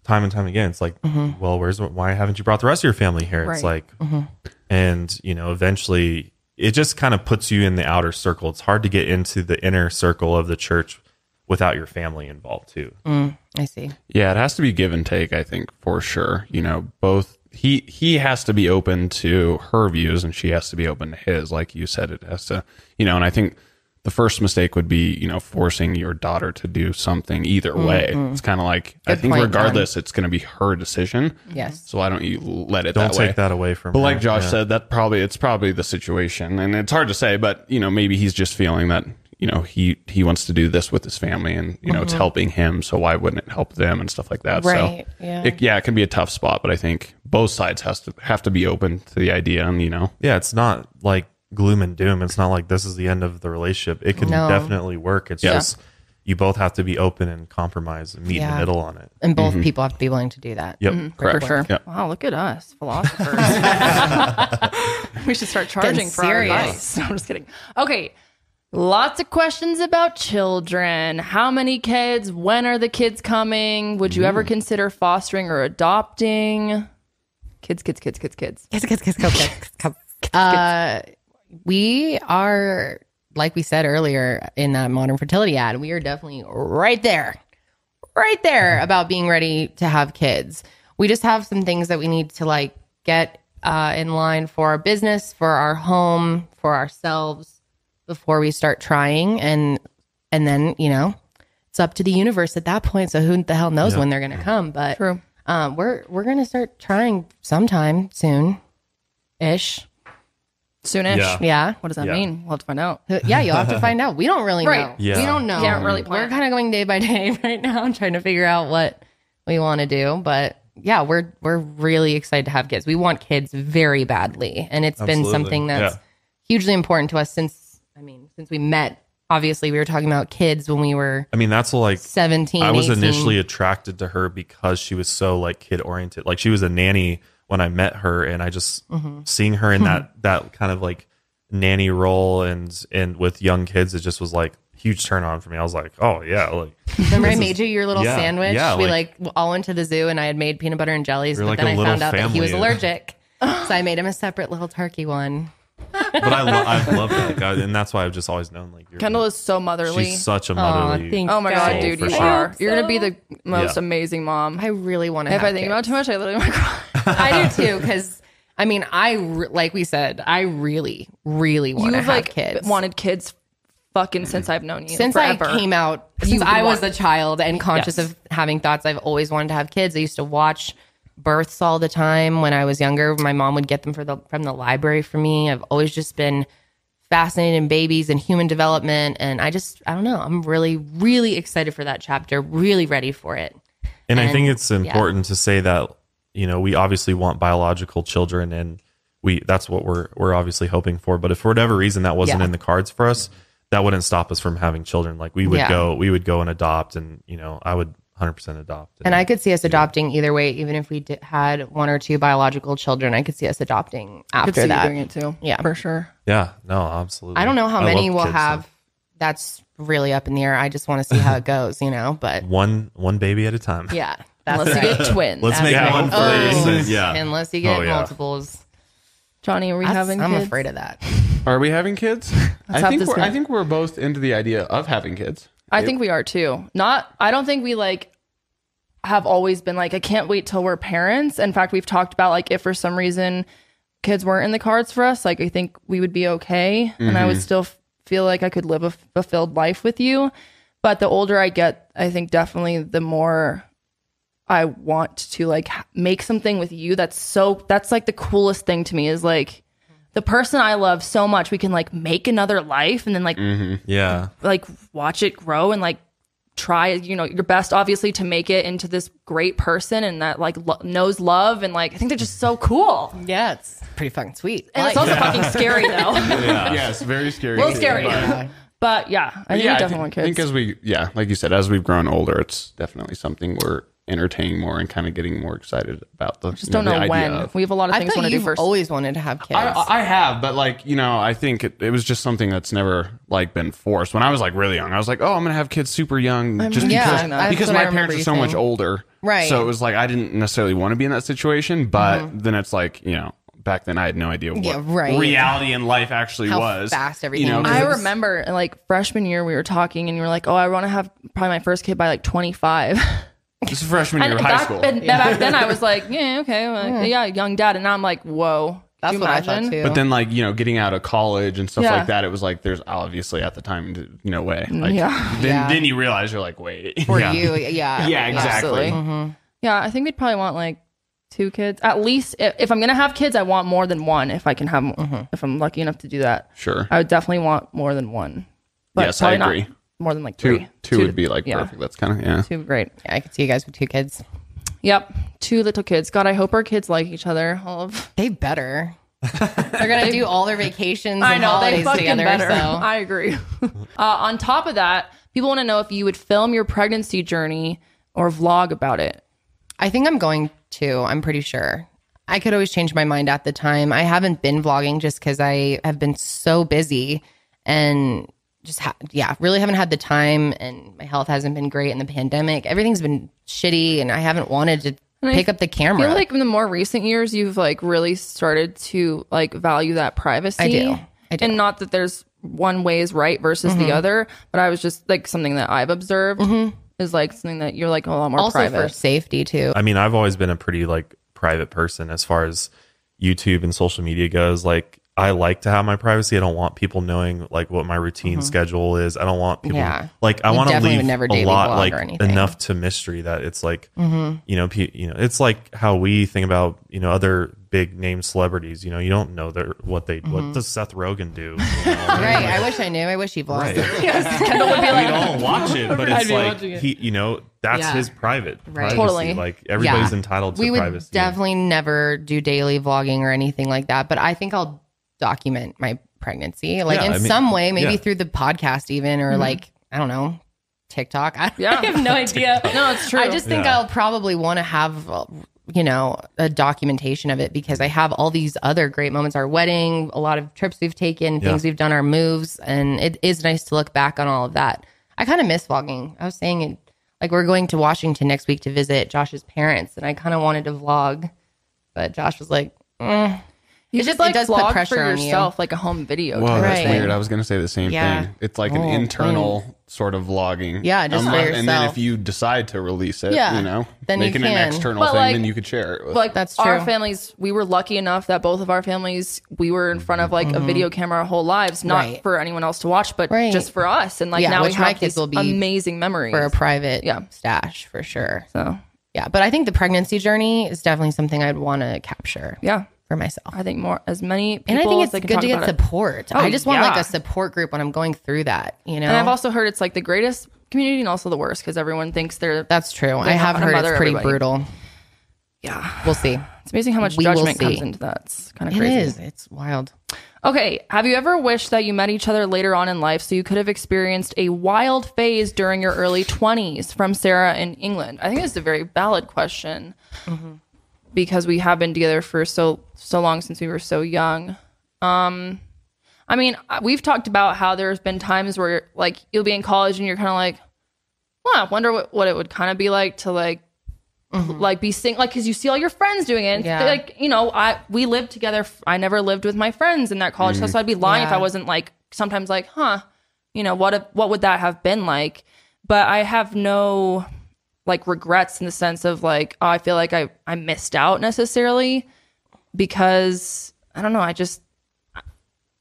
time and time again. It's like, well, where's why haven't you brought the rest of your family here? It's
Right.
like, and you know, eventually, it just kind of puts you in the outer circle. It's hard to get into the inner circle of the church without your family involved too.
I see.
Yeah, it has to be give and take, I think, for sure. You know, both he he has to be open to her views and she has to be open to his. Like you said, it has to you know, and I think the first mistake would be, you know, forcing your daughter to do something either way. It's kind of like
Mm-hmm.
I
Good
think
point,
regardless it's going to be her decision.
Yes.
So why don't you let it
Don't
that
take
way?
that away from.
But
her.
like Josh
Yeah.
said, that probably it's probably the situation, and it's hard to say. But you know, maybe he's just feeling that you know he he wants to do this with his family, and you know it's helping him, so why wouldn't it help them and stuff like that?
Right,
So
yeah.
it, yeah, it can be a tough spot, but I think both sides has to have to be open to the idea, and you know,
yeah, it's not like gloom and doom. It's not like this is the end of the relationship. It can
No.
definitely work. It's just you both have to be open and compromise and meet in
Yeah.
the middle on it.
And both people have to be willing to do that.
Mm-hmm. Yep.
For
correct.
sure.
Yeah.
Wow, look at us, philosophers. we should start charging
Getting
for our
serious.
advice. No, I'm just kidding. Okay. Lots of questions about children. How many kids? When are the kids coming? Would you ever consider fostering or adopting? Kids, kids, kids, kids, kids.
Kiss, kiss, kiss, kiss, kiss, kiss, kiss. Uh, we are, like we said earlier in that modern fertility ad, we are definitely right there, right there about being ready to have kids. We just have some things that we need to like get uh, in line for our business, for our home, for ourselves before we start trying, and and then you know it's up to the universe at that point. So who the hell knows when they're gonna come? But
True.
um, we're we're gonna start trying sometime soon, ish.
Soonish.
Yeah.
Yeah,
What does that
Yeah.
mean? We'll have to find out.
yeah. You'll have to find out. We don't really
Right.
know.
Yeah.
We don't know.
Can't really
We're
plan.
kind of going day by day right now, trying to figure out what we want to do, but yeah, we're we're really excited to have kids. We want kids very badly, and it's been
Absolutely.
something that's
Yeah.
hugely important to us since I mean, since we met. Obviously, we were talking about kids when we were
I mean, that's like
17.
I was
18.
initially attracted to her because she was so like kid oriented. Like she was a nanny when I met her, and I just
Mm-hmm.
seeing her in that that kind of like nanny role and and with young kids, it just was like huge turn on for me. I was like, oh yeah, like
Remember, I made you your little
yeah,
sandwich.
yeah,
we like,
like-
all went to the zoo, and I had made peanut butter and jellies,
You're
but
like
then
a
I
little
found out that he was
family.
allergic, so I made him a separate little turkey one.
but I lo- I love that guy, and that's why I've just always known like you're,
Kendall is so motherly.
she's such a motherly.
thank
oh my
so
god, dude,
for
you
sure.
are. You're gonna be the most
Yeah.
amazing mom.
I really want to.
if I think about it too much, I literally want to cry.
I do too, because I mean, I re- like we said, I really, really want to
You've
have
like
kids.
wanted kids, fucking since I've known you.
since
forever.
I came out, since
You
I was a
want-
child and conscious
Yes.
of having thoughts, I've always wanted to have kids. I used to watch births all the time when I was younger. My mom would get them for the, from the library for me. I've always just been fascinated in babies and human development. And I just, I don't know, I'm really, really excited for that chapter, really ready for it.
And, I
And-
think it's important to say that you know we obviously want biological children, and we that's what we're we're obviously hoping for. But if for whatever reason that wasn't
Yeah.
in the cards for us, that wouldn't stop us from having children. Like we would
Yeah.
go, we would go and adopt, and you know I would 100 percent adopt.
And I could see us adopting either way, even if we did, had one or two biological children, I could see us adopting
I could
after
see you
that.
doing it too.
Yeah.
for sure.
yeah, no, absolutely.
I don't know how
love
many we'll
kids, so
have. That's really up in the air. I just want to see how it goes, you know. But
One one baby at a time.
yeah, that's
Unless
right.
you get twins.
Let's make
Yeah.
one for
Oh.
Reese and- Yeah.
Unless you get
Oh, yeah.
multiples,
Johnny, are we
That's-
having?
I'm
kids?
afraid of that.
Are we having kids? I
have
think
this
we're, I
man-
think we're both into the idea of having kids.
I think we are too. Not. I don't think we like have always been like. I can't wait till we're parents. In fact, we've talked about like if for some reason kids weren't in the cards for us, like I think we would be okay, and I would still f- feel like I could live a fulfilled life with you. But the older I get, I think definitely the more I want to like h- make something with you. That's so. That's like the coolest thing to me is like. The person I love so much, we can like make another life and then like
Yeah,
like watch it grow and like try you know your best obviously to make it into this great person and that like lo- knows love and like i think they're just so cool and
Yeah, it's pretty fucking sweet.
it's also fucking scary though
Yes, very scary.
a little scary but yeah i think we definitely want
I
kids
think as we, yeah, like you said, as we've grown older, it's definitely something we're entertaining more and kind of getting more excited about. The,
just don't know when we have a lot of
I
things we
thought
want to do
you've
first
always wanted to have kids.
I, I have, but like you know, I think it, it was just something that's never like been forced. When I was like really young, I was like, oh, I'm gonna have kids super young, just
yeah,
because
that's
because
what I
my
remember
parents are
you
so much
saying.
older,
Right. Mm-hmm.
So it was like I didn't necessarily want to be in that situation, but then it's like you know, back then I had no idea what
Yeah, right.
reality and life actually
How
was.
fast
you
everything
know, 'cause
I
it's-
remember like freshman year we were talking and you were like, "Oh, I want to have probably my first kid by like 25."
This is freshman year
and
of high
back,
school.
and back then I was like, "Yeah, okay, like, yeah, young dad." And now I'm like, "Whoa." Could
that's
you
what I thought
imagine?
too.
But then, like you know, getting out of college and stuff
Yeah.
like that, it was like there's obviously at the time no way. Like,
Yeah.
Then,
Mm, Yeah.
then you realize you're like, wait,
for you, yeah, Mm-hmm.
yeah,
Absolutely.
exactly.
Yeah, I think we'd probably want like two kids at least. If, if I'm gonna have kids, I want more than one. If I can have,
Mm-hmm.
if I'm lucky enough to do that,
Sure.
I would definitely want more than one. But
Yes,
probably
I
not
agree.
more than like
Two,
three.
two would be like
yeah.
perfect. That's kind of yeah.
Two, would be great.
Yeah, I could see you guys with two kids.
Yep, two little kids. God, I hope our kids like each other. All of
They better. They're gonna do all their vacations.
I
and
know they
holidays
fucking
together,
better.
So.
I agree. uh, on top of that, people want to know if you would film your pregnancy journey or vlog about it.
I think I'm going to. I'm pretty sure. I could always change my mind at the time. I haven't been vlogging just because I have been so busy and just, ha- yeah, really haven't had the time. And my health hasn't been great in the pandemic. Everything's been shitty and I haven't wanted to
I
pick up the
I
camera.
feel like in the more recent years, you've like really started to like value that privacy.
I do. I do. Mm-hmm.
And not that there's one way is right versus the other, but I was just like something that I've observed is like something that you're like a lot more
also
private.
for safety too.
I mean, I've always been a pretty like private person as far as YouTube and social media goes. Like, I like to have my privacy. I don't want people knowing like what my routine schedule is. I don't want people
Mm-hmm. Yeah.
like I
You
want to
definitely would
leave
never
a
daily
lot
vlog
like
or anything. Mm-hmm.
enough to mystery that it's like you know pe- you know it's like how we think about you know other big name celebrities. You know, you don't know their what they
Mm-hmm.
what does Seth Rogen do. You know?
Right. I wish I knew. I wish he vlogged.
Right. Kendall would be like, we don't watch it, but it's like he, you know, That's
Yeah.
his private. privacy.
Right.
Totally.
Like everybody's
Yeah.
entitled to
we would
privacy.
definitely never do daily vlogging or anything like that but i think i'll document my pregnancy like
Yeah,
in
I mean,
some way maybe
yeah. Mm-hmm.
through the podcast even or like i don't know tiktok i,
Yeah.
I have no idea
No, it's true.
i just think
Yeah.
i'll probably want to have uh, you know a documentation of it because i have all these other great moments our wedding a lot of trips we've taken things we've done our moves and it is nice to look back on all of that i kind of miss vlogging i was saying it like we're going to washington next week to visit josh's parents and i kind of wanted to vlog but josh was like
you
it
should
just-
like
it does put
vlog
pressure
for
on you.
yourself, like a home video.
Whoa,
type
that's
Right.
weird. I was gonna say the same
Yeah.
thing. It's like an
Oh,
internal sort of vlogging. Um,
Yeah, just for
And then
yourself.
if you decide to release it,
Yeah.
you know,
Then you
make it
can.
an external
But,
thing,
like-
then you could share it with.
like
That's
our
true.
families we were lucky enough that both of our families we were in front of like a video camera our whole lives not
Mm-hmm. Right.
for anyone else to watch but
Right.
just for us and like
Yeah,
now we
which my
have
kids
these
will be
amazing memories
for a private
Yeah.
stash for sure
so
yeah but i think the pregnancy journey is definitely something i'd want to capture
yeah
for myself
i think more as many people
and I think
as
it's
they can
good
talk
to get
about it. Oh,
support. I just want like
yeah.
a support group when I'm going through that, you know.
and i've also heard it's like the greatest community and also the worst because everyone thinks they're
that's true. I
not
have
gonna
heard it's
mother
pretty
everybody.
brutal.
yeah
We'll see.
it's amazing how much
We will
judgment comes
see.
into that it's kind of
It
crazy
is. It's wild.
okay have you ever wished that you met each other later on in life so you could have experienced a wild phase during your early 20s from sarah in england i think this is a very valid question
Mm-hmm.
because we have been together for so so long since we were so young. Um I mean, I- we've talked about how there's been times where like you'll be in college and you're kind of like, "Well, I wonder what, what it would kind of be like to like like be sing like cuz you see all your friends doing it." And
Yeah.
Like, you know, I we lived together. f- I never lived with my friends in that college, house, so I'd be lying if I wasn't like sometimes like, "Huh, you know, what if, what would that have been like?" But I have no like regrets in the sense of like oh, I feel like I I missed out necessarily because I don't know I just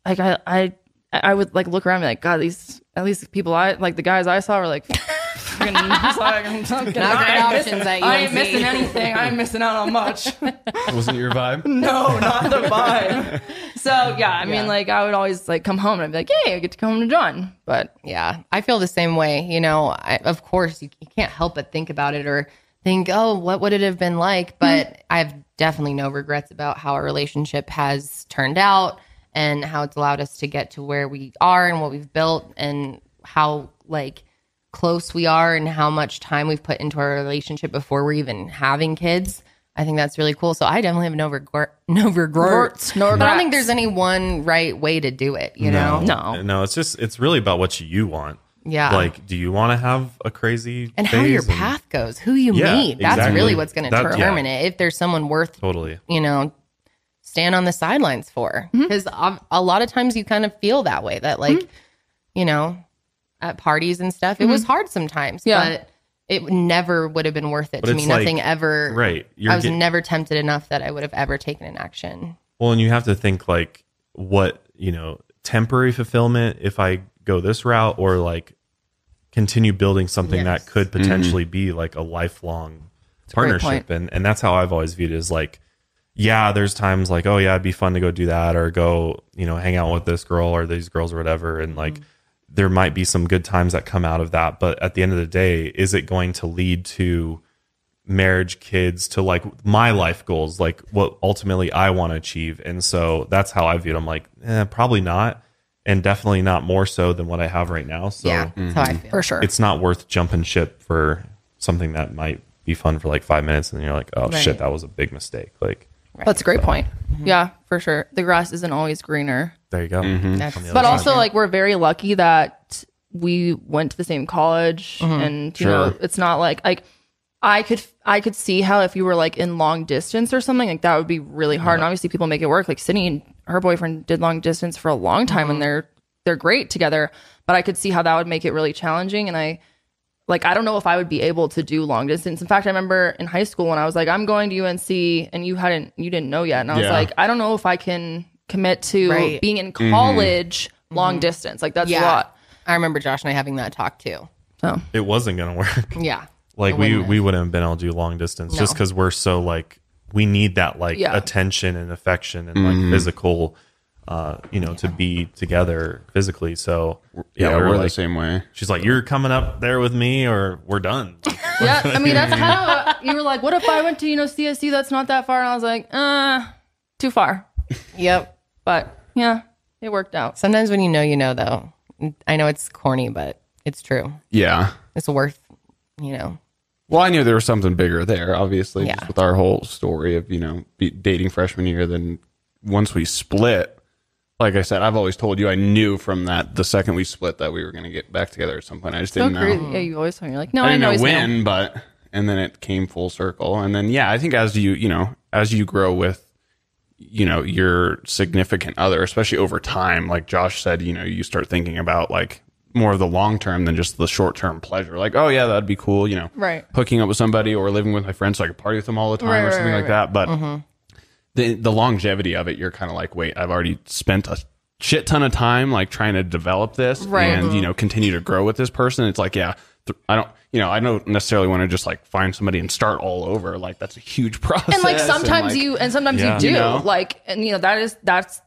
like I I I would like look around and be like God these at least the people I like the guys I saw were like. fucking- it's like, I'm not
Not
gonna-
great
I ain't
options
missing-
at
I ain't
UNC.
missing anything. I ain't missing out on much.
wasn't your vibe?
No, not the vibe. So yeah, I mean, like I would always like come home and I'd be like, "Yay, I get to come home to John." But
Yeah, I feel the same way. You know, I, of course you, you can't help but think about it or think, oh, what would it have been like? But I have definitely no regrets about how our relationship has turned out and how it's allowed us to get to where we are and what we've built and how like close we are and how much time we've put into our relationship before we're even having kids. I think that's really cool. So I definitely have no regret, no regrets. But
no
I don't
regrets.
think there's any one right way to do it. You know,
no,
No, it's just it's really about what you want.
Yeah.
Like, do you want to have a crazy
and how your
phase and-
path goes, who you
Yeah,
meet. That's
exactly.
really what's going to
That- yeah.
determine it. If there's someone worth,
Totally.
you know, stand on the sidelines for,
Mm-hmm.
because a lot of times you kind of feel that way. That like,
Mm-hmm.
you know, at parties and stuff, it was hard sometimes.
Yeah.
but it never would have been worth it
But
to
it's
me.
like-
Nothing ever.
Right. You're
I was
get-
never tempted enough that I would have ever taken an action.
Well, and you have to think like what, you know, temporary fulfillment if I go this route or like continue building something
Yes.
that could potentially be like a lifelong
great
partnership.
point.
And and that's how I've always viewed it is like, yeah, there's times like, oh yeah, it'd be fun to go do that or go, you know, hang out with this girl or these girls or whatever. And like
Mm-hmm.
there might be some good times that come out of that. But at the end of the day, is it going to lead to marriage, kids, to like my life goals, like what ultimately I want to achieve. And so that's how I viewed. it. I'm like, eh, probably not, and definitely not more so than what I have right now. So
yeah, that's
Mm-hmm.
how I feel.
for sure.
it's not worth jumping ship for something that might be fun for like five minutes, and then you're like, oh shit, that was a big mistake. Like,
That's a great point. Yeah, for sure. The grass isn't always greener.
there you go.
That's,
But also, like, we're very lucky that we went to the same college, and you know,
Sure.
it's not like like I could I could see how if you were like in long distance or something like that would be really hard. And obviously, people make it work. Like Sydney and her boyfriend did long distance for a long time, and they're they're great together. But I could see how that would make it really challenging, and I like I don't know if I would be able to do long distance. In fact, I remember in high school when I was like, I'm going to UNC and you hadn't you didn't know yet. And I was
Yeah. Mm-hmm.
like, I don't know if I can commit to
Right.
being in college long distance. Like that's a
yeah,
lot.
I remember Josh and I having that talk too.
it wasn't gonna work.
Yeah,
like
It
we
wouldn't have.
we wouldn't have been able to do long distance just just because we're so like we need that like
Yeah.
Mm-hmm.
attention and affection and like physical uh, you know, to be together physically. So
Yeah,
we
we're,
were
the
like-
same way.
She's like, you're coming up there with me, or we're done.
Yeah, I mean that's kind of you were like, what if I went to you know CSU? That's not that far, and I was like, uh, too far.
Yep.
But yeah, it worked out.
Sometimes when you know, you know, though. I know it's corny, but it's true.
Yeah.
It's worth, you know.
Well, I knew there was something bigger there, obviously,
Yeah.
just with our whole story of, you know, be, dating freshman year. Then once we split, like I said, I've always told you I knew from that the second we split that we were going to get back together at some point. I just
So
didn't know.
crazy. Yeah, you always tell me you're like, no,
I
I,
didn't
know
know
he's
when,
male.
but and then it came full circle. And then yeah, I think as you you know as you grow with you know your significant other, especially over time, like Josh said, you know you start thinking about like more of the long term than just the short term pleasure. Like oh yeah, that'd be cool, you know,
Right.
Hooking up with somebody or living with my friends so I could party with them all the time
Right,
or
right,
something
right, Mm-hmm.
like that. But the the longevity of it, you're kind of like, wait, I've already spent a shit ton of time like trying to develop this
Right. Mm-hmm.
and you know continue to grow with this person. It's like, yeah, th- I don't, you know, I don't necessarily want to just like find somebody and start all over. Like that's a huge process.
and like sometimes
like,
you and sometimes
Yeah.
you do
You know?
like and you know that is that's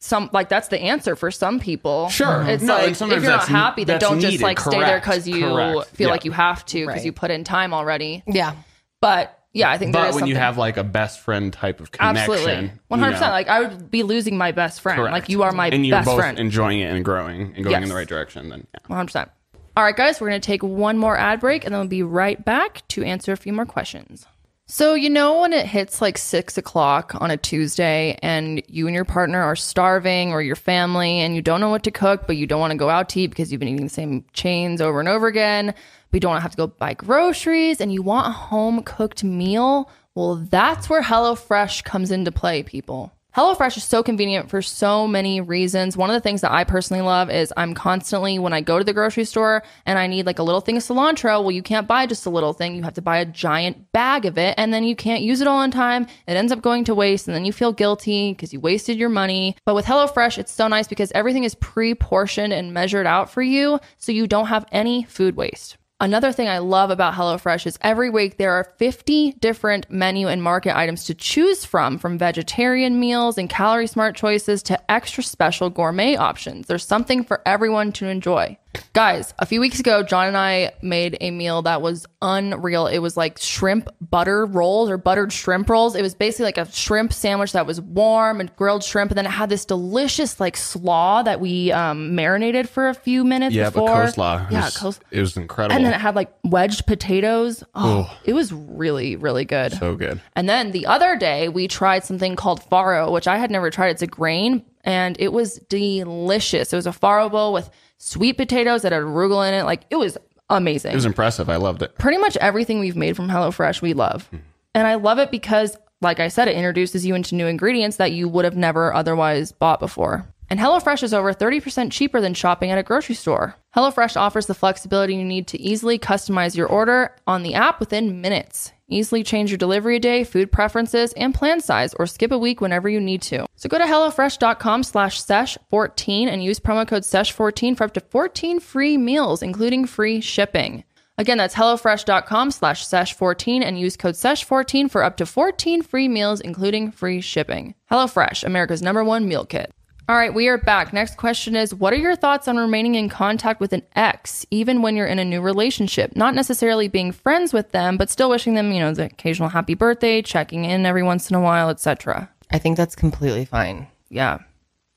some like that's the answer for some people
Sure.
Mm-hmm. it's
No, and
like if you're
sometimes
not
that's-
happy then
that's
don't just
needed.
like stay there
Correct.
because you
Correct.
feel
Yeah.
like you have to because
Right.
you put in time already
Yeah.
but yeah i think there
but
is
when you
something-
have like a best friend type of connection,
absolutely
you
100 percent.
know,
like i would be losing my best friend
correct.
like you are my
and you're
best
both
friend
enjoying it and growing and going
Yes.
in the right direction. Then yeah.
100 percent. all right guys we're gonna take one more ad break and then we'll be right back to answer a few more questions So, you know, when it hits like six o'clock on a Tuesday and you and your partner are starving or your family and you don't know what to cook, but you don't want to go out to eat because you've been eating the same chains over and over again, but you don't want to have to go buy groceries and you want a home cooked meal. Well, that's where HelloFresh comes into play, people. HelloFresh is so convenient for so many reasons. One of the things that I personally love is I'm constantly, when I go to the grocery store and I need like a little thing of cilantro, well, you can't buy just a little thing. You have to buy a giant bag of it and then you can't use it all in time. It ends up going to waste and then you feel guilty because you wasted your money. But with HelloFresh, it's so nice because everything is pre portioned and measured out for you so you don't have any food waste. Another thing I love about HelloFresh is every week there are 50 different menu and market items to choose from, from vegetarian meals and calorie smart choices to extra special gourmet options. There's something for everyone to enjoy. Guys, a few weeks ago, John and I made a meal that was unreal. It was like shrimp butter rolls or buttered shrimp rolls. It was basically like a shrimp sandwich that was warm and grilled shrimp, and then it had this delicious like slaw that we um, marinated for a few minutes
Yeah,
before.
but coleslaw,
Yeah,
was,
coleslaw.
it was incredible.
And then it had like wedged potatoes. Oh, it was really, really good.
so good.
and then the other day we tried something called farro, which I had never tried. It's a grain and it was delicious. It was a farro bowl with sweet potatoes that had arugula in it. Like it was amazing
It was impressive. I loved it.
pretty much everything we've made from HelloFresh we love. And I love it because, like I said, it introduces you into new ingredients that you would have never otherwise bought before. And HelloFresh is over 30% cheaper than shopping at a grocery store. HelloFresh offers the flexibility you need to easily customize your order on the app within minutes. Easily change your delivery day, food preferences, and plan size, or skip a week whenever you need to. So go to HelloFresh.com slash sesh14 and use promo code sesh14 for up to 14 free meals, including free shipping. Again, that's HelloFresh.com slash sesh14 and use code sesh14 for up to 14 free meals, including free shipping. HelloFresh, America's number one meal kit. All right, we are back. Next question is What are your thoughts on remaining in contact with an ex, even when you're in a new relationship? Not necessarily being friends with them, but still wishing them, you know, the occasional happy birthday, checking in every once in a while, etc.
I think that's completely fine.
Yeah.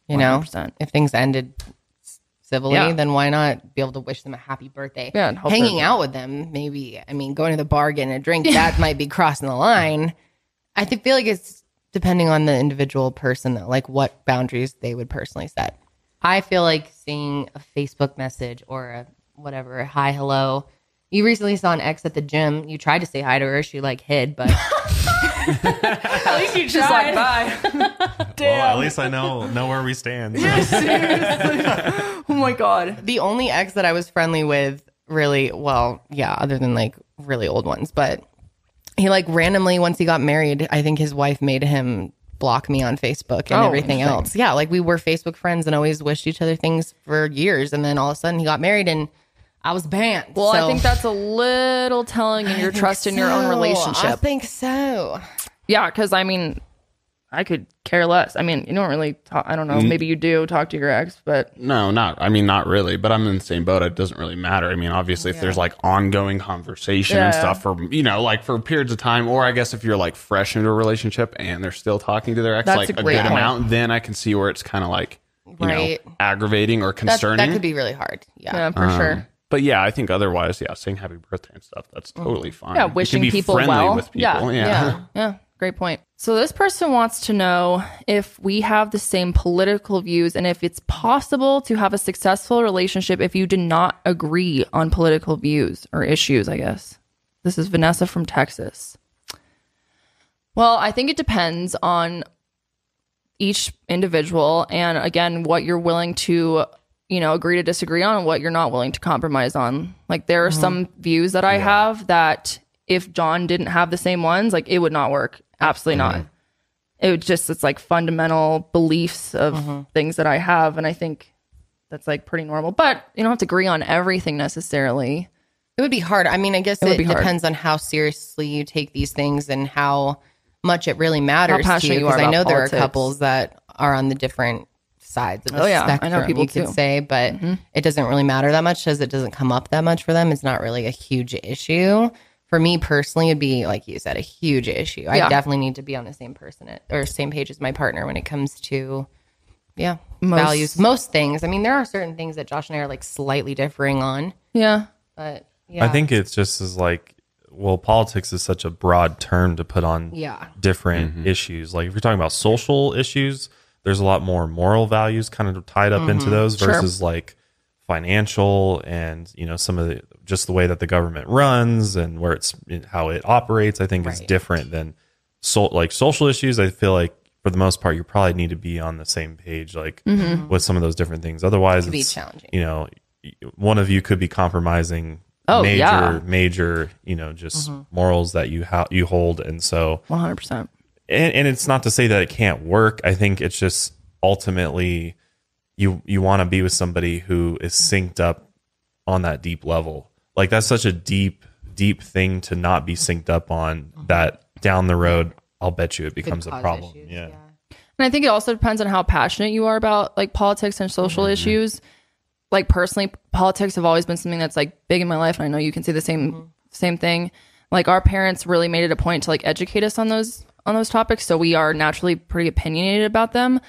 You know,
100%.
if things ended c- civilly,
Yeah.
then why not be able to wish them a happy birthday?
Yeah, and hope
Hanging
they're-
out with them, maybe. I mean, going to the bar, getting a drink, that might be crossing the line. I thi- feel like it's depending on the individual person, though, like what boundaries they would personally set. I feel like seeing a Facebook message or a whatever, a hi, hello. You recently saw an ex at the gym. You tried to say hi to her. She like hid, but
At least you just like, bye.
Well, at least I know know where we stand. so.
Oh my God.
the only ex that I was friendly with, really, well, yeah, other than like really old ones, but he like randomly once he got married, I think his wife made him block me on Facebook and
Oh,
everything else. Yeah, like we were Facebook friends and always wished each other things for years, and then all of a sudden he got married and I was banned.
Well,
So-
I think that's a little telling in your trust in your own
So, I
relationship.
think so.
Yeah, because I mean, I could care less. I mean, you don't really talk. I don't know. Maybe you do talk to your ex, but
No, not. I mean, not really. But I'm in the same boat. It doesn't really matter. I mean, obviously, if there's like ongoing conversation and
Yeah.
stuff for you know, like for periods of time, or I guess if you're like fresh into a relationship and they're still talking to their ex
That's
like
a
a, good
great point.
amount, then I can see where it's kind of like you
Right.
know aggravating or
That's,
concerning.
that could be really hard. Yeah.
yeah, for sure.
But yeah, I think otherwise, yeah, saying happy birthday and stuff, that's totally fine.
Mm. Yeah,
You can
wishing
be
people
friendly
well.
with people.
Yeah,
Yeah.
yeah, yeah. Great point. So this person wants to know if we have the same political views and if it's possible to have a successful relationship if you did not agree on political views or issues. I guess this is Vanessa from Texas. Well, I think it depends on each individual and again what you're willing to you know agree to disagree on and what you're not willing to compromise on like there are some views that i have that if john didn't have the same ones like it would not work absolutely not it would just it's like fundamental beliefs of things that i have and i think that's like pretty normal but you don't have to agree on everything necessarily
It would be hard. I mean, I guess
would
it,
be hard.
depends on how seriously you take these things and how much it really matters to
passionate
you.
you are
Because I
about
know there
politics.
are couples that are on the different sides of the
Oh, yeah. I know
spectrum.
people
you could
too. Mm-hmm.
say, but it doesn't really matter that much because it doesn't come up that much for them. It's not really a huge issue. For me personally, it'd be like you said, a huge issue. I
Yeah.
definitely need to be on the same person at, or same page as my partner when it comes to yeah
Most-
values. Most things. I mean, there are certain things that Josh and I are like slightly differing on,
yeah
but yeah,
I think it's just as like, well, politics is such a broad term to put on
Yeah.
different issues. Like if you're talking about social issues, there's a lot more moral values kind of tied up
Mm-hmm.
into those versus like financial and you know some of the just the way that the government runs and where it's how it operates. I think is different than so like social issues. I feel like for the most part, you probably need to be on the same page, like with some of those different things. Otherwise,
Mm-hmm. be
it's,
challenging.
You know, one of you could be compromising
Oh,
major
yeah.
major you know just morals that you ha- you hold and so
100%
and, and it's not to say that it can't work i think it's just ultimately you you want to be with somebody who is synced up on that deep level like that's such a deep deep thing to not be synced up on that down the road i'll bet you it becomes a
cause
problem
issues,
yeah.
And I think it also depends on how passionate you are about like politics and social
Mm-hmm,
issues. Like personally, politics have always been something that's like big in my life, and I know you can say the same
Mm-hmm.
same thing. Like our parents really made it a point to like educate us on those on those topics, so we are naturally pretty opinionated about them.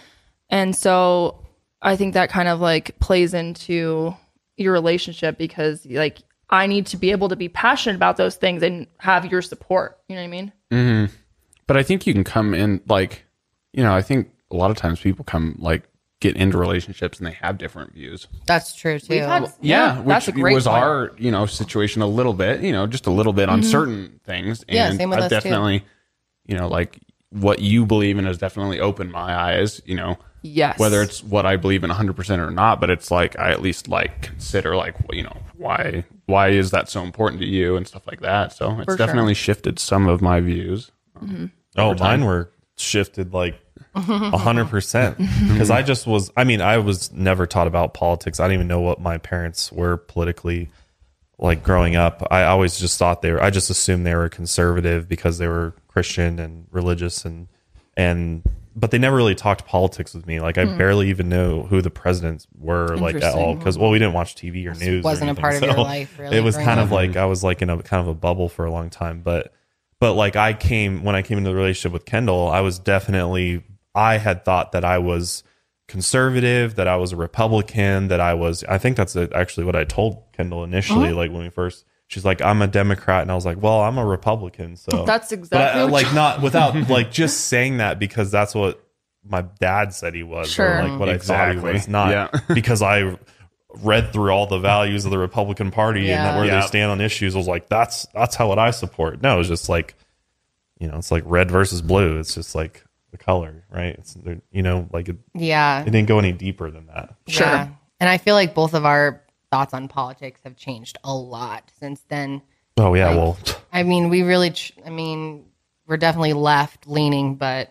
And so I think that kind of like plays into your relationship because like I need to be able to be passionate about those things and have your support. You know what I mean?
But I think you can come in like, you know, I think a lot of times people come like get into relationships and they have different views.
That's true too.
Yeah, which
that's a great
was
point.
our you know situation a little bit, you know, just a little bit on certain things. And
Yeah, same with
I've
us, too.
definitely, you know, like what you believe in has definitely opened my eyes. You know,
Yes.
whether it's what I believe in 100 percent or not, but it's like I at least like consider like wh- you know why why is that so important to you and stuff like that. So it's
sure.
definitely shifted some of my views.
Oh, mine were shifted like a hundred percent because I just was. I mean, I was never taught about politics. I didn't even know what my parents were politically like growing up. I always just thought they were. I just assumed they were conservative because they were Christian and religious and and. But they never really talked politics with me. Like
Hmm.
I barely even knew who the presidents were, like at all. Because well, we didn't watch TV or news. or
wasn't a
anything,
part of your
so
life, really,
It was
growing
kind of
up.
like I was like in a kind of a bubble for a long time. But but like I came when I came into the relationship with Kendall, I was definitely I had thought that I was conservative, that I was a Republican, that I was I think that's actually what I told Kendall initially, like when we first. She's like, I'm a Democrat, and I was like, Well, I'm a Republican, so
That's
But
exactly
I,
what
like not without like just saying that because that's what my dad said he was,
Sure.
or like what I thought
Exactly.
he was, not
Yeah.
because I read through all the values of the Republican Party
Yeah.
and where
Yeah.
they stand on issues. I was like, that's that's how what I support. No, it's just like, you know, it's like red versus blue. It's just like the color, right? It's they're- you know, like it,
Yeah.
it didn't go any deeper than that.
Sure.
Yeah. And I feel like both of our thoughts on politics have changed a lot since then.
Oh yeah, well,
I mean, we really, ch- I mean, we're definitely left leaning, but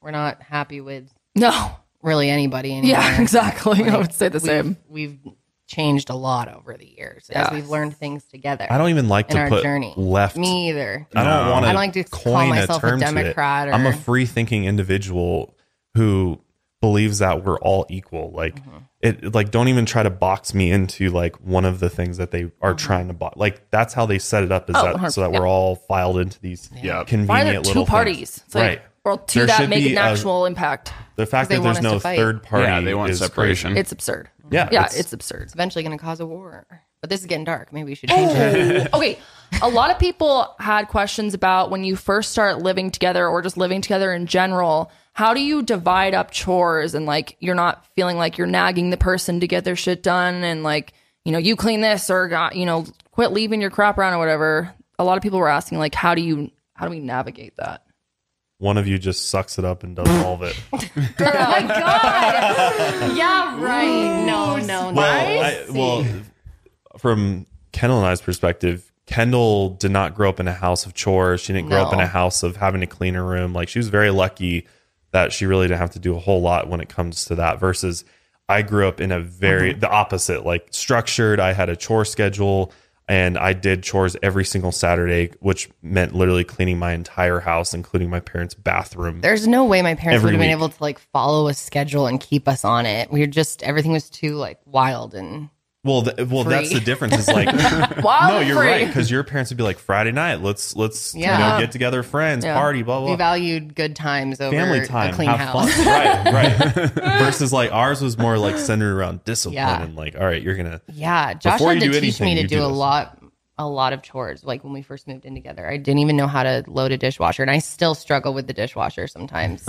we're not happy with
No.
really anybody anymore.
Yeah, exactly. I would say the
We've,
same.
we've changed a lot over the years as
Yeah.
we've learned things together.
I don't even like
in
to
our
put
journey.
left.
Me either.
I don't want
I
to
don't like to
coin
call myself
a
a
term
Democrat
to
or-
it. I'm a free thinking individual who believes that we're all equal. Like it like don't even try to box me into like one of the things that they are trying to box. Like that's how they set it up is
Oh,
that so that
100%,
we're all filed into these
Yeah.
convenient
Why are there
little
two parties?
Things.
It's like,
right.
Well, two
There
that
should
make
be
an
a-
actual impact.
The fact
they
that there's
want us
no
to fight.
third party
yeah, they want
is
separation.
It's absurd.
Yeah,
Yeah,
it's-
it's, absurd.
It's eventually going to cause a war. But this is getting dark. Maybe we should change it.
okay. A lot of people had questions about when you first start living together or just living together in general. How do you divide up chores and like you're not feeling like you're nagging the person to get their shit done and like, you know, you clean this or got, you know, quit leaving your crap around or whatever. A lot of people were asking like how do you how do we navigate that?
One of you just sucks it up and does all of it.
my God. yeah, right. No, no, no.
Well, I, well, from Kendall and I's perspective, Kendall did not grow up in a house of chores. She didn't grow up in
No.
a house of having to clean her room. Like she was very lucky that she really didn't have to do a whole lot when it comes to that. Versus, I grew up in a very
Mm-hmm.
the opposite, like structured. I had a chore schedule. And I did chores every single Saturday, which meant literally cleaning my entire house, including my parents' bathroom.
There's no way my parents
Every
would have been
week.
able to like follow a schedule and keep us on it. We were just everything was too like wild and
Well, th- well, that's
Free.
the difference. Is like
Wild
No,
and
you're
free.
right. Because your parents would be like, Friday night, let's let's you
Yeah.
know, get together, friends,
Yeah.
party, blah
we
blah. blah.
valued good times over
Family time,
a clean
have
house.
fun, right? Right. Versus like ours was more like centered around discipline
Yeah.
and like, all right, you're gonna
Yeah, Josh
Before
had
you
to
do
teach me
anything,
to
you
do,
do
a
this.
lot, a lot of chores. Like when we first moved in together, I didn't even know how to load a dishwasher, and I still struggle with the dishwasher sometimes.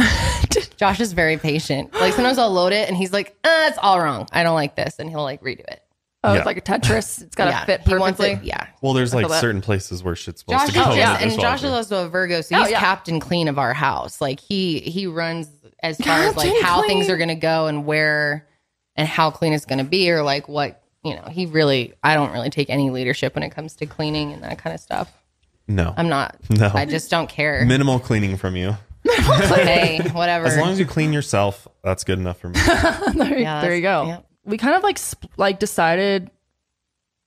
Josh is very patient. Like sometimes I'll load it, and he's like, uh, "It's all wrong. I don't like this," and he'll like redo it.
Oh,
Yeah.
it's like a Tetris. It's got to
yeah,
fit
he wants
perfectly.
it- Yeah,
Well, there's like
feel that.
certain places where shit's supposed
Josh
to
is
go. in
just,
the
and
dishwasher.
Josh is also a Virgo, so
Oh,
he's
yeah.
captain clean of our house. Like he he runs as far as like
Captain
how
clean.
things are gonna go and where and how clean it's gonna be or like what you know. He really, I don't really take any leadership when it comes to cleaning and that kind of stuff.
no,
I'm not.
No.
I just don't care.
minimal cleaning from you.
hey, whatever.
As long as you clean yourself, that's good enough for me.
there,
Yeah,
there
that's-
you go.
yeah.
We kind of like sp- like decided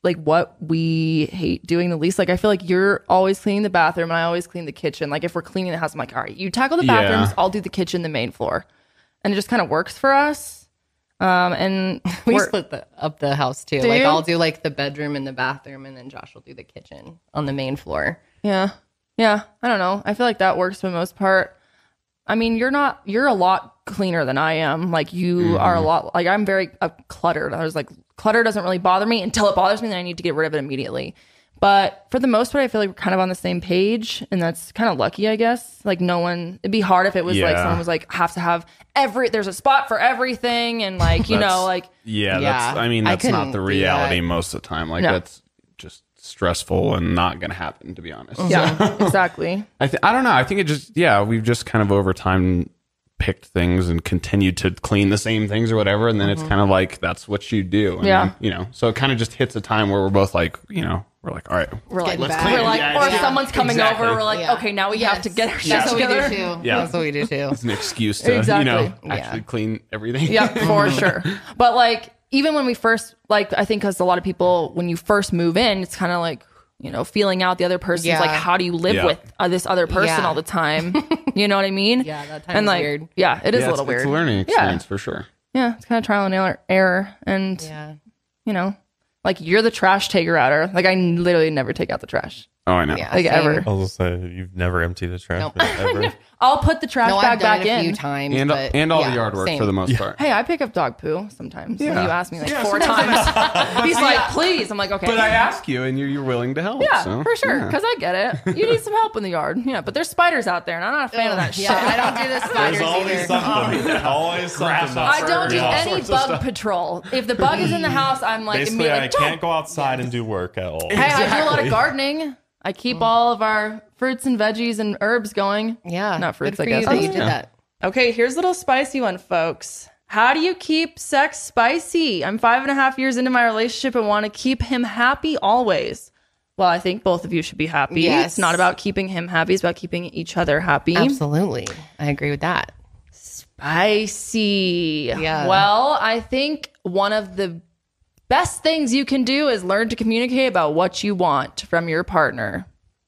like what we hate doing the least. Like I feel like you're always cleaning the bathroom and I always clean the kitchen. Like if we're cleaning the house, I'm like, all right, you tackle the
Yeah.
bathrooms, I'll do the kitchen, the main floor, and it just kind of works for us. Um, and
we
we're-
split the, up the house too.
Do
like
you?
I'll do like the bedroom and the bathroom, and then Josh will do the kitchen on the main floor.
yeah, yeah. I don't know. I feel like that works for the most part. I mean, you're not you're a lot cleaner than I am. Like you are a
Mm-hmm.
lot like I'm very uh, cluttered. I was like clutter doesn't really bother me until it bothers me then I need to get rid of it immediately. But for the most part I feel like we're kind of on the same page and that's kind of lucky, I guess. Like no one it'd be hard if it was like
Yeah.
someone was like have to have every there's a spot for everything and like, you know,
That's-
like
Yeah,
Yeah.
that's. I mean,
I
that's not
couldn't
the
do
reality
that.
most of the time. Like
No.
that's just stressful and not going to happen. To be honest,
yeah, exactly.
I th- I don't know. I think it just yeah, we've just kind of over time picked things and continued to clean the same things or whatever, and then it's kind of like that's what you do. And
Yeah.
then, you know. So it kind of just hits a time where we're both like, you know, we're like, all right,
We're like,
let's
back.
clean.
We're like
Yeah,
or
yeah.
if someone's coming
Exactly.
over, we're like,
Yeah.
okay, now we have to get our shit
That's what we
together.
do too.
Yeah.
That's what we do too.
it's an excuse to
Exactly.
you know
Yeah.
actually clean everything.
Yeah, for sure. But like, even when we first, like, I think because a lot of people, when you first move in, it's kind of like, you know, feeling out the other person's
Yeah.
like, how do you live
Yeah.
with uh, this other person
Yeah.
all the time? You know what I mean?
Yeah, that time
and
is
like,
weird.
yeah, it is
Yeah,
a
it's,
little weird.
it's a learning experience for sure.
Yeah, it's kind of trial and error, error and
Yeah.
you know, like you're the trash taker outer. Like I n- literally never take out the trash,
Oh, I know.
Yeah.
like
same.
ever.
I was gonna say you've never emptied a trash
Nope.
bin ever.
I'll put the trash
No,
bag
I've done
back
it a
in.
few times,
And uh,
but
and all
yeah,
the yard work
same.
for the most part.
Hey, I pick up dog poo sometimes. When
Yeah.
you ask me like four times. He's like, please. I'm like, okay.
But I ask you, and you're you're willing to help.
Yeah,
so,
for sure.
yeah.
Because I get it. You need some help in the yard. Yeah, but there's spiders out there, and I'm not a fan of that
yeah,
shit.
I don't do the spiders
There's always
either.
something. Always something.
I
that's-
don't do
Yeah.
any bug patrol. If the bug is in the house, I'm like
Basically,
immediately
I
like,
can't
don't.
go outside and do work at all.
Hey, I do a lot of gardening. I keep all of our fruits and veggies and herbs going.
Yeah,
not fruits.
Good for
I guess.
you that you did that.
Okay, here's a little spicy one, folks. How do you keep sex spicy? I'm five and a half years into my relationship and want to keep him happy always. Well, I think both of you should be happy.
Yes.
It's not about keeping him happy, it's about keeping each other happy.
Absolutely, I agree with that.
Spicy.
Yeah.
Well, I think one of the Best things you can do is learn to communicate about what you want from your partner.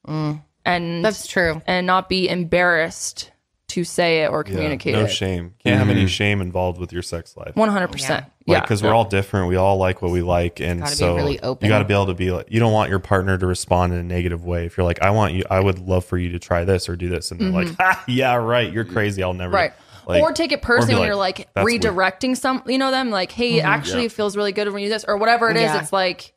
And
Mm. That's true.
and not be embarrassed to say it or communicate
no
it.
shame. Can't have
Mm-hmm.
any shame involved with your sex life.
One hundred percent.
Like,
Yeah.
because we're all different. We all like what we like, and
Gotta be
so
really open.
you got to be able to be like. You don't want your partner to respond in a negative way. If you're like, I want you, I would love for you to try this or do this, and they're like, ha, yeah, right, you're crazy. I'll never.
Mm-hmm. right.
like-
or take it personally
be
when you're like
"That's weird." Mm-hmm.
redirecting some, you know, them like, hey, it actually it feels really good when you do this or whatever it is.
Yeah.
It's like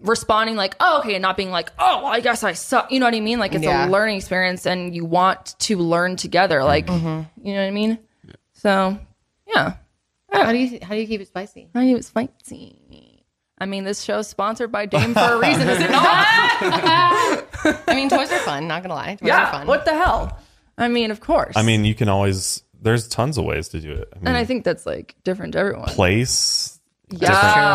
responding like, oh, okay, and not being like, oh, well, I guess I suck. You know what I mean? Like it's
Yeah.
a learning experience, and you want to learn together. Like,
Mm-hmm.
you know what I mean? So, yeah,
How do you how do you keep it spicy?
I think it was spicy. I mean, this show's sponsored by Dame for a reason, is it not?
I mean, toys are fun. Not gonna lie, toys are
yeah.
fun.
What the hell? I mean, of course.
I mean, you can always. There's tons of ways to do it. I mean,
and I think that's like different to everyone.
place,
yeah,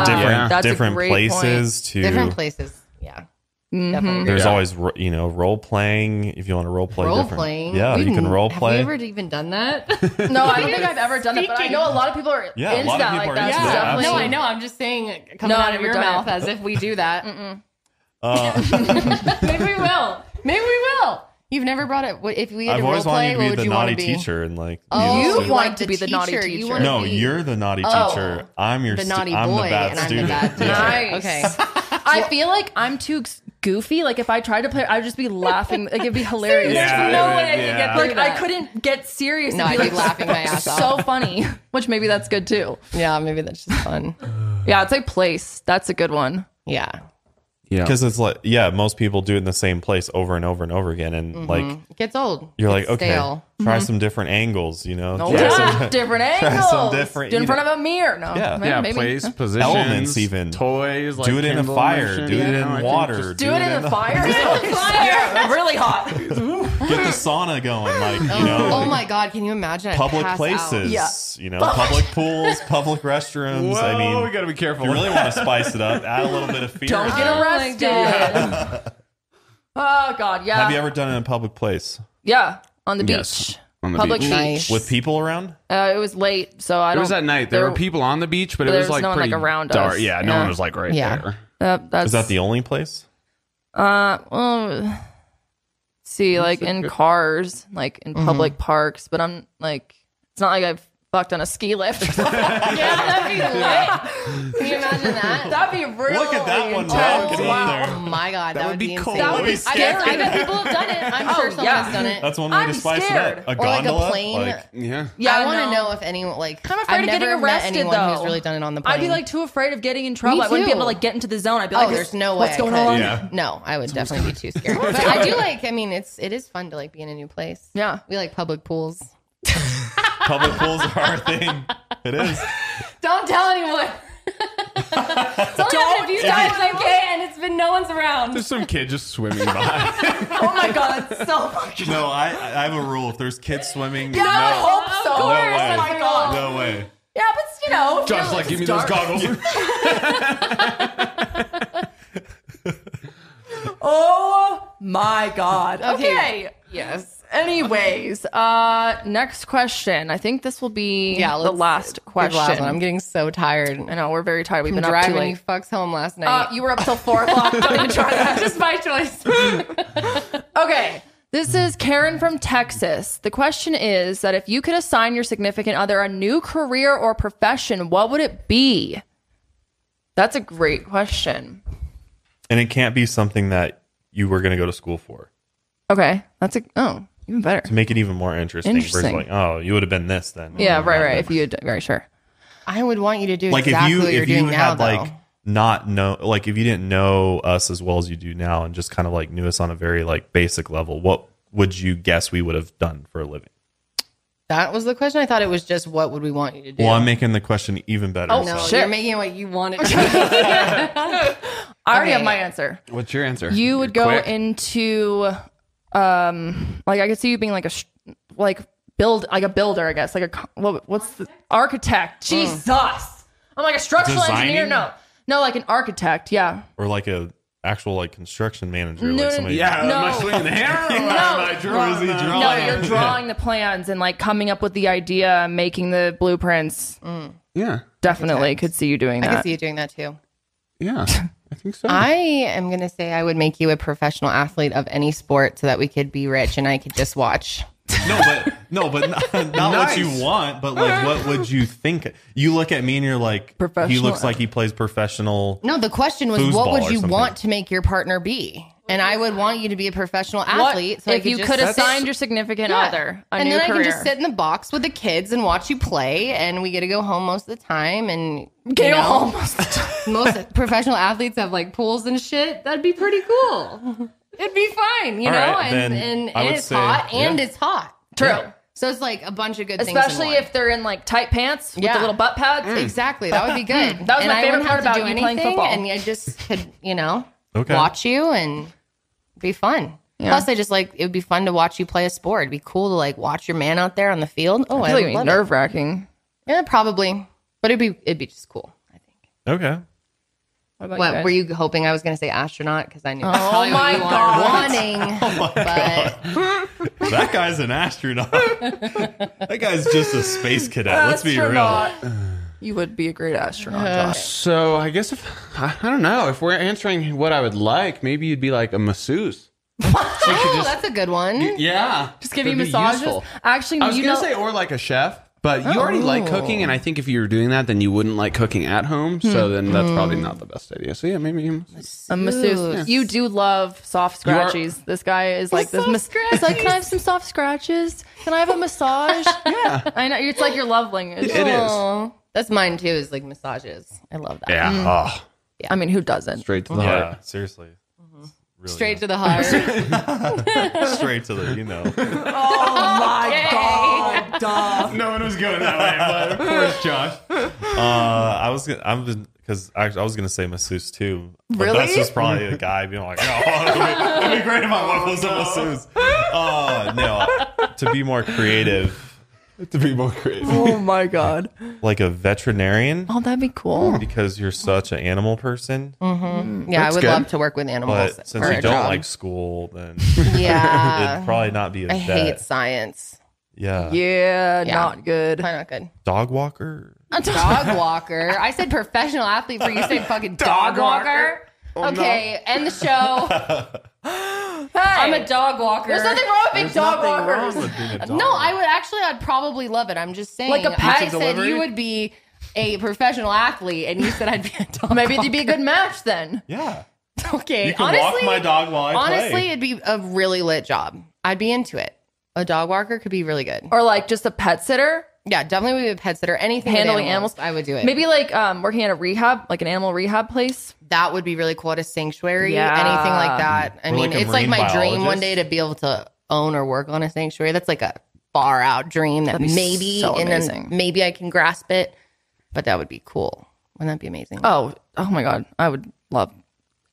different,
Yeah.
That's a
different
great
places to
Different places. Yeah. Definitely.
There's
Yeah.
always ro- you know role playing if you want to role play.
Role
different-
playing.
Yeah,
We've
you can
n-
role play.
Have we ever even done that?
No, I don't think I've ever done it, but I
Speaking.
know a lot of people are
Yeah, a
into
lot of
that.
people
Like
are
that's
into that,
definitely.
No,
absolutely.
I know. I'm just saying, uh, coming
No,
out
I've
of your
done
mouth
it.
as if we do that.
Uh,
Maybe we will. Maybe we will. You've never brought it. What- If we had
I've
to role
always wanted
play,
you to
what
be
would
the
you want
naughty
to be?
teacher and like
Oh,
you
You
just-
want to be the naughty teacher.
You wanna
no,
be
you're the naughty
Oh.
teacher. I'm your
the
stu-
naughty
I'm
boy,
the bad
and
student.
I'm the bad teacher.
Yeah.
Nice.
Okay.
I feel like I'm too goofy. Like if I tried to play, I'd just be laughing. Like it'd be hilarious.
Yeah,
There's no
it
way I
would,
could
yeah.
get
Look
like
at
I
that.
couldn't get serious.
No,
and
I'd
be
be
like,
laughing my ass off.
so funny. Which maybe that's good too.
Yeah, maybe that's just fun.
Yeah, I'd say place. That's a good one.
Yeah.
Yeah.
Because it's like yeah, most people do it in the same place over and over and over again, and like
It gets old.
you're
Gets
like okay,
Mm-hmm. stale. Mm-hmm.
try some different angles. You know,
Oh,
Try
yeah.
some-
different
some
angles.
different-
Do it in
you know-
front of a mirror. No.
Yeah.
maybe-
yeah,
maybe.
place,
Do
positions,
Elements even.
toys. Like
do it in a
Kindle
fire.
motion.
Do it
Yeah, no, I
in
think
water.
just-
it in the fire. Yeah, really hot.
Get the sauna going. Like you know,
Oh
like,
my God! Can you imagine? I'd
public
pass out.
places.
Yeah.
You know, public pools, public restrooms.
Whoa,
I mean,
we gotta be careful.
you really want to spice it up, add a little bit of fear.
Don't get
Oh my
arrested. oh God, yeah.
Have you ever done it in a public place
Yeah, on the
Yes,
beach.
on the
Public
beach.
beach.
Nice.
with people around?
Uh, it was late, so I
It
don't.
was at night. There, were people on the beach, but it
there
was
was
like
no one, like,
pretty
around
dark.
us.
Yeah, no
Yeah.
one was like right
Yeah.
there.
Uh, that's,
Is that the only place?
Uh, well, let's see, like in cars, like in public parks, but I'm like, it's not like I've fucked on a ski lift. or something.
Yeah, that'd be lit. Can you imagine that?
That'd be really
Look at that one
intense.
balcony
Oh
there.
my god, that, would be, insane.
That would be
I bet, I
scary.
bet people have done it. I'm sure
Oh,
someone
yeah.
has done it.
That's one way
I'm
to spice
scared.
it up. A
or like
gondola.
a plane.
Yeah.
Yeah,
I want
no.
to know if anyone like
I'm afraid
I've
of getting
never
arrested
met anyone
though.
who's really done it on the plane.
I'd be like too afraid of getting in trouble. I wouldn't be
too.
able to like get into the zone. I'd be
oh,
like,
there's no way.
What's
I
going
could.
on?
Yeah.
No, I would definitely be too scared. But I do like. I mean, it's it is fun to like being in a new place.
Yeah.
we like public pools.
Public pools are our thing. It is.
Don't tell anyone. it's only happened a few times, okay? And it's been no one's around.
There's some kid just swimming by.
Oh my god, that's so fucking.
No, I, I have a rule. If there's kids swimming,
Yeah, I
no,
hope so.
no way.
Oh my god.
No way.
Yeah, but you know, if
Josh,
you're-
like, give me
it's dark.
those goggles.
Oh my god. Okay.
Yes.
Anyways, uh next question. I think this will be
Yeah,
the
let's-
last
Good
question.
last one. I'm getting so tired.
I know we're very tired. We've
Been
been up too
driving you
late.
fucks home last night.
Uh, you were up till four o'clock. Don't even try that.
just by choice.
Okay. This is Karen from Texas. The question is that if you could assign your significant other a new career or profession, what would it be? That's a great question.
And it can't be something that you were going to go to school for.
Okay. That's a oh, even better.
To make it even more interesting, versus
Interesting.
like, oh, you would have been this then.
Yeah, right,
Not
right.
that.
If you had right, sure.
I would want you to do
like
exactly
if
what
you
you're
if you
doing now,
had
though.
like not know like if you didn't know us as well as you do now and just kind of like knew us on a very like basic level what would you guess we would have done for a living
that was the question. I thought it was just what would we want you to do.
well i'm making the question even better
Oh,
no,
so-
Shit.
you're making it what you want it to be.
I already
Okay.
have my answer.
What's your answer?
You would go
Quick.
into, um, like I could see you being like a, sh- like build like a builder, I guess, like a co- what, what's the architect?
Mm.
Jesus, I'm like a structural engineer.
Designing?
No, no, like an architect. Yeah,
or like a actual like construction manager
No, no,
like somebody
Yeah,
No.
am I swinging the hammer? Or am I drawing? the-
no, you're drawing the plans and like coming up with the idea, making the blueprints.
Yeah.
Definitely could see you doing
Mm, I
that.
can see you doing that too.
Yeah. I think so.
I am going to say I would make you a professional athlete of any sport so that we could be rich and I could just watch.
No, but no, but not, not what you want, but like what would you think? You look at me and you're like, he
Professional-
looks like he plays professional.
No, the question was
Foosball
what
or
would you
something.
want to make your partner be? And I would want you to be a professional athlete. so I
if you
just
could
sit-
assign your significant
Yeah.
other a
and
new
then I
career.
can just sit in the box with the kids and watch you play, and we get to go home most of the time. And
Get
you know,
home most of the time.
most professional athletes have like pools and shit. That'd be pretty cool. It'd be fine, you
All
know.
right, then
and and,
I
and
would
it's
say-
hot, and
yeah.
it's hot.
True.
So it's like a bunch of good things. in
Especially
one.
if they're in like tight pants with
Yeah. Mm.
the little butt pads.
exactly that would be good.
Mm. That was
And
my
I
favorite
wouldn't
part
have to
about
do
you playing
anything,
football.
And I just could, you know,
Okay.
watch you and be fun. Plus, I just like it would be fun to watch you play a sport. It'd be cool to like watch your man out there on the field. Oh, I,
I feel like it'd
would
be
love it.
nerve wracking.
Yeah, probably. But it'd be it'd be just cool. I think.
Okay.
What were you hoping I was going to say astronaut? Because I knew. that's
Oh
probably what
my
you were
God.
Wanting, but
That guy's an astronaut. that guy's just a space cadet. Let's be real.
You would be a great astronaut, Josh.
Uh, so I guess if I, I don't know if we're answering what I would like, maybe you'd be like a masseuse. She could
oh,
just-
that's a good one.
yeah,
Just give you
That'd be
massages.
useful.
Actually,
I was
you
gonna
know, Oh.
say or like a chef, but you already like cooking, and I think if you were doing that, then you wouldn't like cooking at home.
Hmm.
So then that's probably not the best idea. So yeah, maybe you
a masseuse. You do love soft
You are-
scratchies. this guy is like this. Mas- it's like, can I have some soft scratches? Can I have a massage? yeah, I know. It's like your love language.
it is
Aw. That's mine too. Is like massages. I love that.
Yeah. Oh,
I mean, who doesn't?
straight to the heart.
yeah. Seriously. Really
Straight to the heart.
good. straight to the you know.
No one was going that way, but of course, Josh.
Uh, I was gonna, I'm because actually I was gonna say masseuse too. But
Really?
That's just probably a guy being like, oh, it'd be, it'd be great if my wife was a masseuse. Uh, no, to be more creative,
To be more creative.
Oh my god.
like a veterinarian,
Oh, that'd be cool.
because you're such an animal person.
Yeah, I would
good.
love to work with animals.
But since
Mm. for
you
a
don't
job.
like school, then it'd
yeah,
probably not be as
I hate
bad.
science.
Yeah.
Yeah,
Yeah.
not good.
Probably not good.
dog walker.
A dog walker. I said professional athlete for you. Said fucking dog, walker.
Oh,
okay, end the show. I'm a dog walker. There's nothing wrong with being dog walkers. No, I would actually. I'd probably love it. I'm just saying.
Like a
I
package
said
delivery?
you would be a professional athlete, and you said I'd be a dog.
Maybe it'd be a good match then.
Yeah.
Okay,
You can
honestly,
walk my dog while I
honestly,
play.
it'd be a really lit job. I'd be into it. A dog walker could be really good.
Or like just a pet sitter.
Yeah, definitely would be a pet sitter. Anything with
Handling
I would do it.
Maybe like um, working at a rehab, like an animal rehab place.
that would be really cool at a sanctuary,
Yeah.
anything like that. I
Or
mean,
like a
it's like my
marine
dream one
biologist.
day to be able to own or work on a sanctuary. That's like a far out dream that
be
maybe
so
and then
amazing.
maybe I can grasp it, but that would be cool. Wouldn't that be amazing?
Oh, oh my god, I would love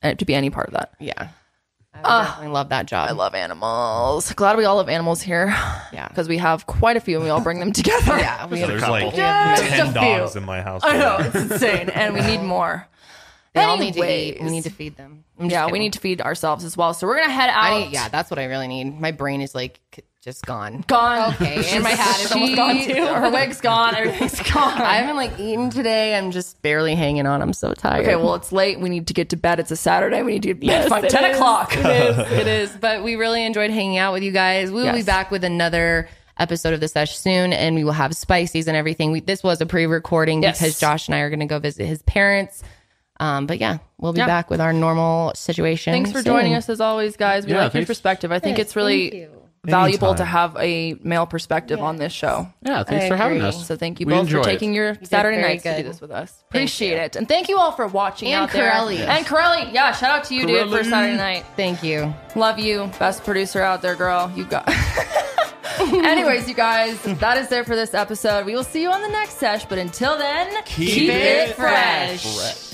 it to be any part of that.
yeah. I would definitely love that job.
Uh, I love animals. Glad we all love animals here.
Yeah.
Because we have quite a few and we all bring them together.
yeah, we
So
have,
there's like
we have
Just a
ten
few.
dogs in my house.
I know. It's insane. And we need more.
they all need to eat. We
Anyways.
need to feed them. I'm just
Yeah, we
kidding.
need to feed ourselves as well. So we're going to head out.
I need, yeah, that's what I really need. My brain is like c- just gone.
Gone.
Okay, and my hat is almost gone too.
Her wig's gone. Everything's gone.
I haven't like eaten today. I'm just barely hanging on. I'm so tired.
okay, well, it's late. We need to get to bed. It's a Saturday. We need to get to bed by 10 o'clock.
It is. It is. But we really enjoyed hanging out with you guys. We will be
Yes.
back with another episode of the sesh soon and we will have spices and everything. We, this was a pre-recording
Yes.
because Josh and I are going to go visit his parents. Um, but yeah, we'll be
Yeah.
back with our normal situation.
Thanks for
soon.
joining us as always, guys. We
Yeah,
like your
thanks.
perspective. I think it's really valuable to have a male perspective on this show.
Yeah, thanks
I
for having
agree.
us.
So thank you
We
both for
enjoyed it.
taking your Saturday
very
nights to do
good.
this with us. Appreciate it. And thank you all for watching
And
out there.
Corelli.
And Corelli. Yeah, shout out to you, dude, for
Corelli.
Saturday night.
Thank you.
Love you. Best producer out there, girl. You got Anyways, you guys, that is there for this episode. We will see you on the next sesh, but until then, keep,
it fresh.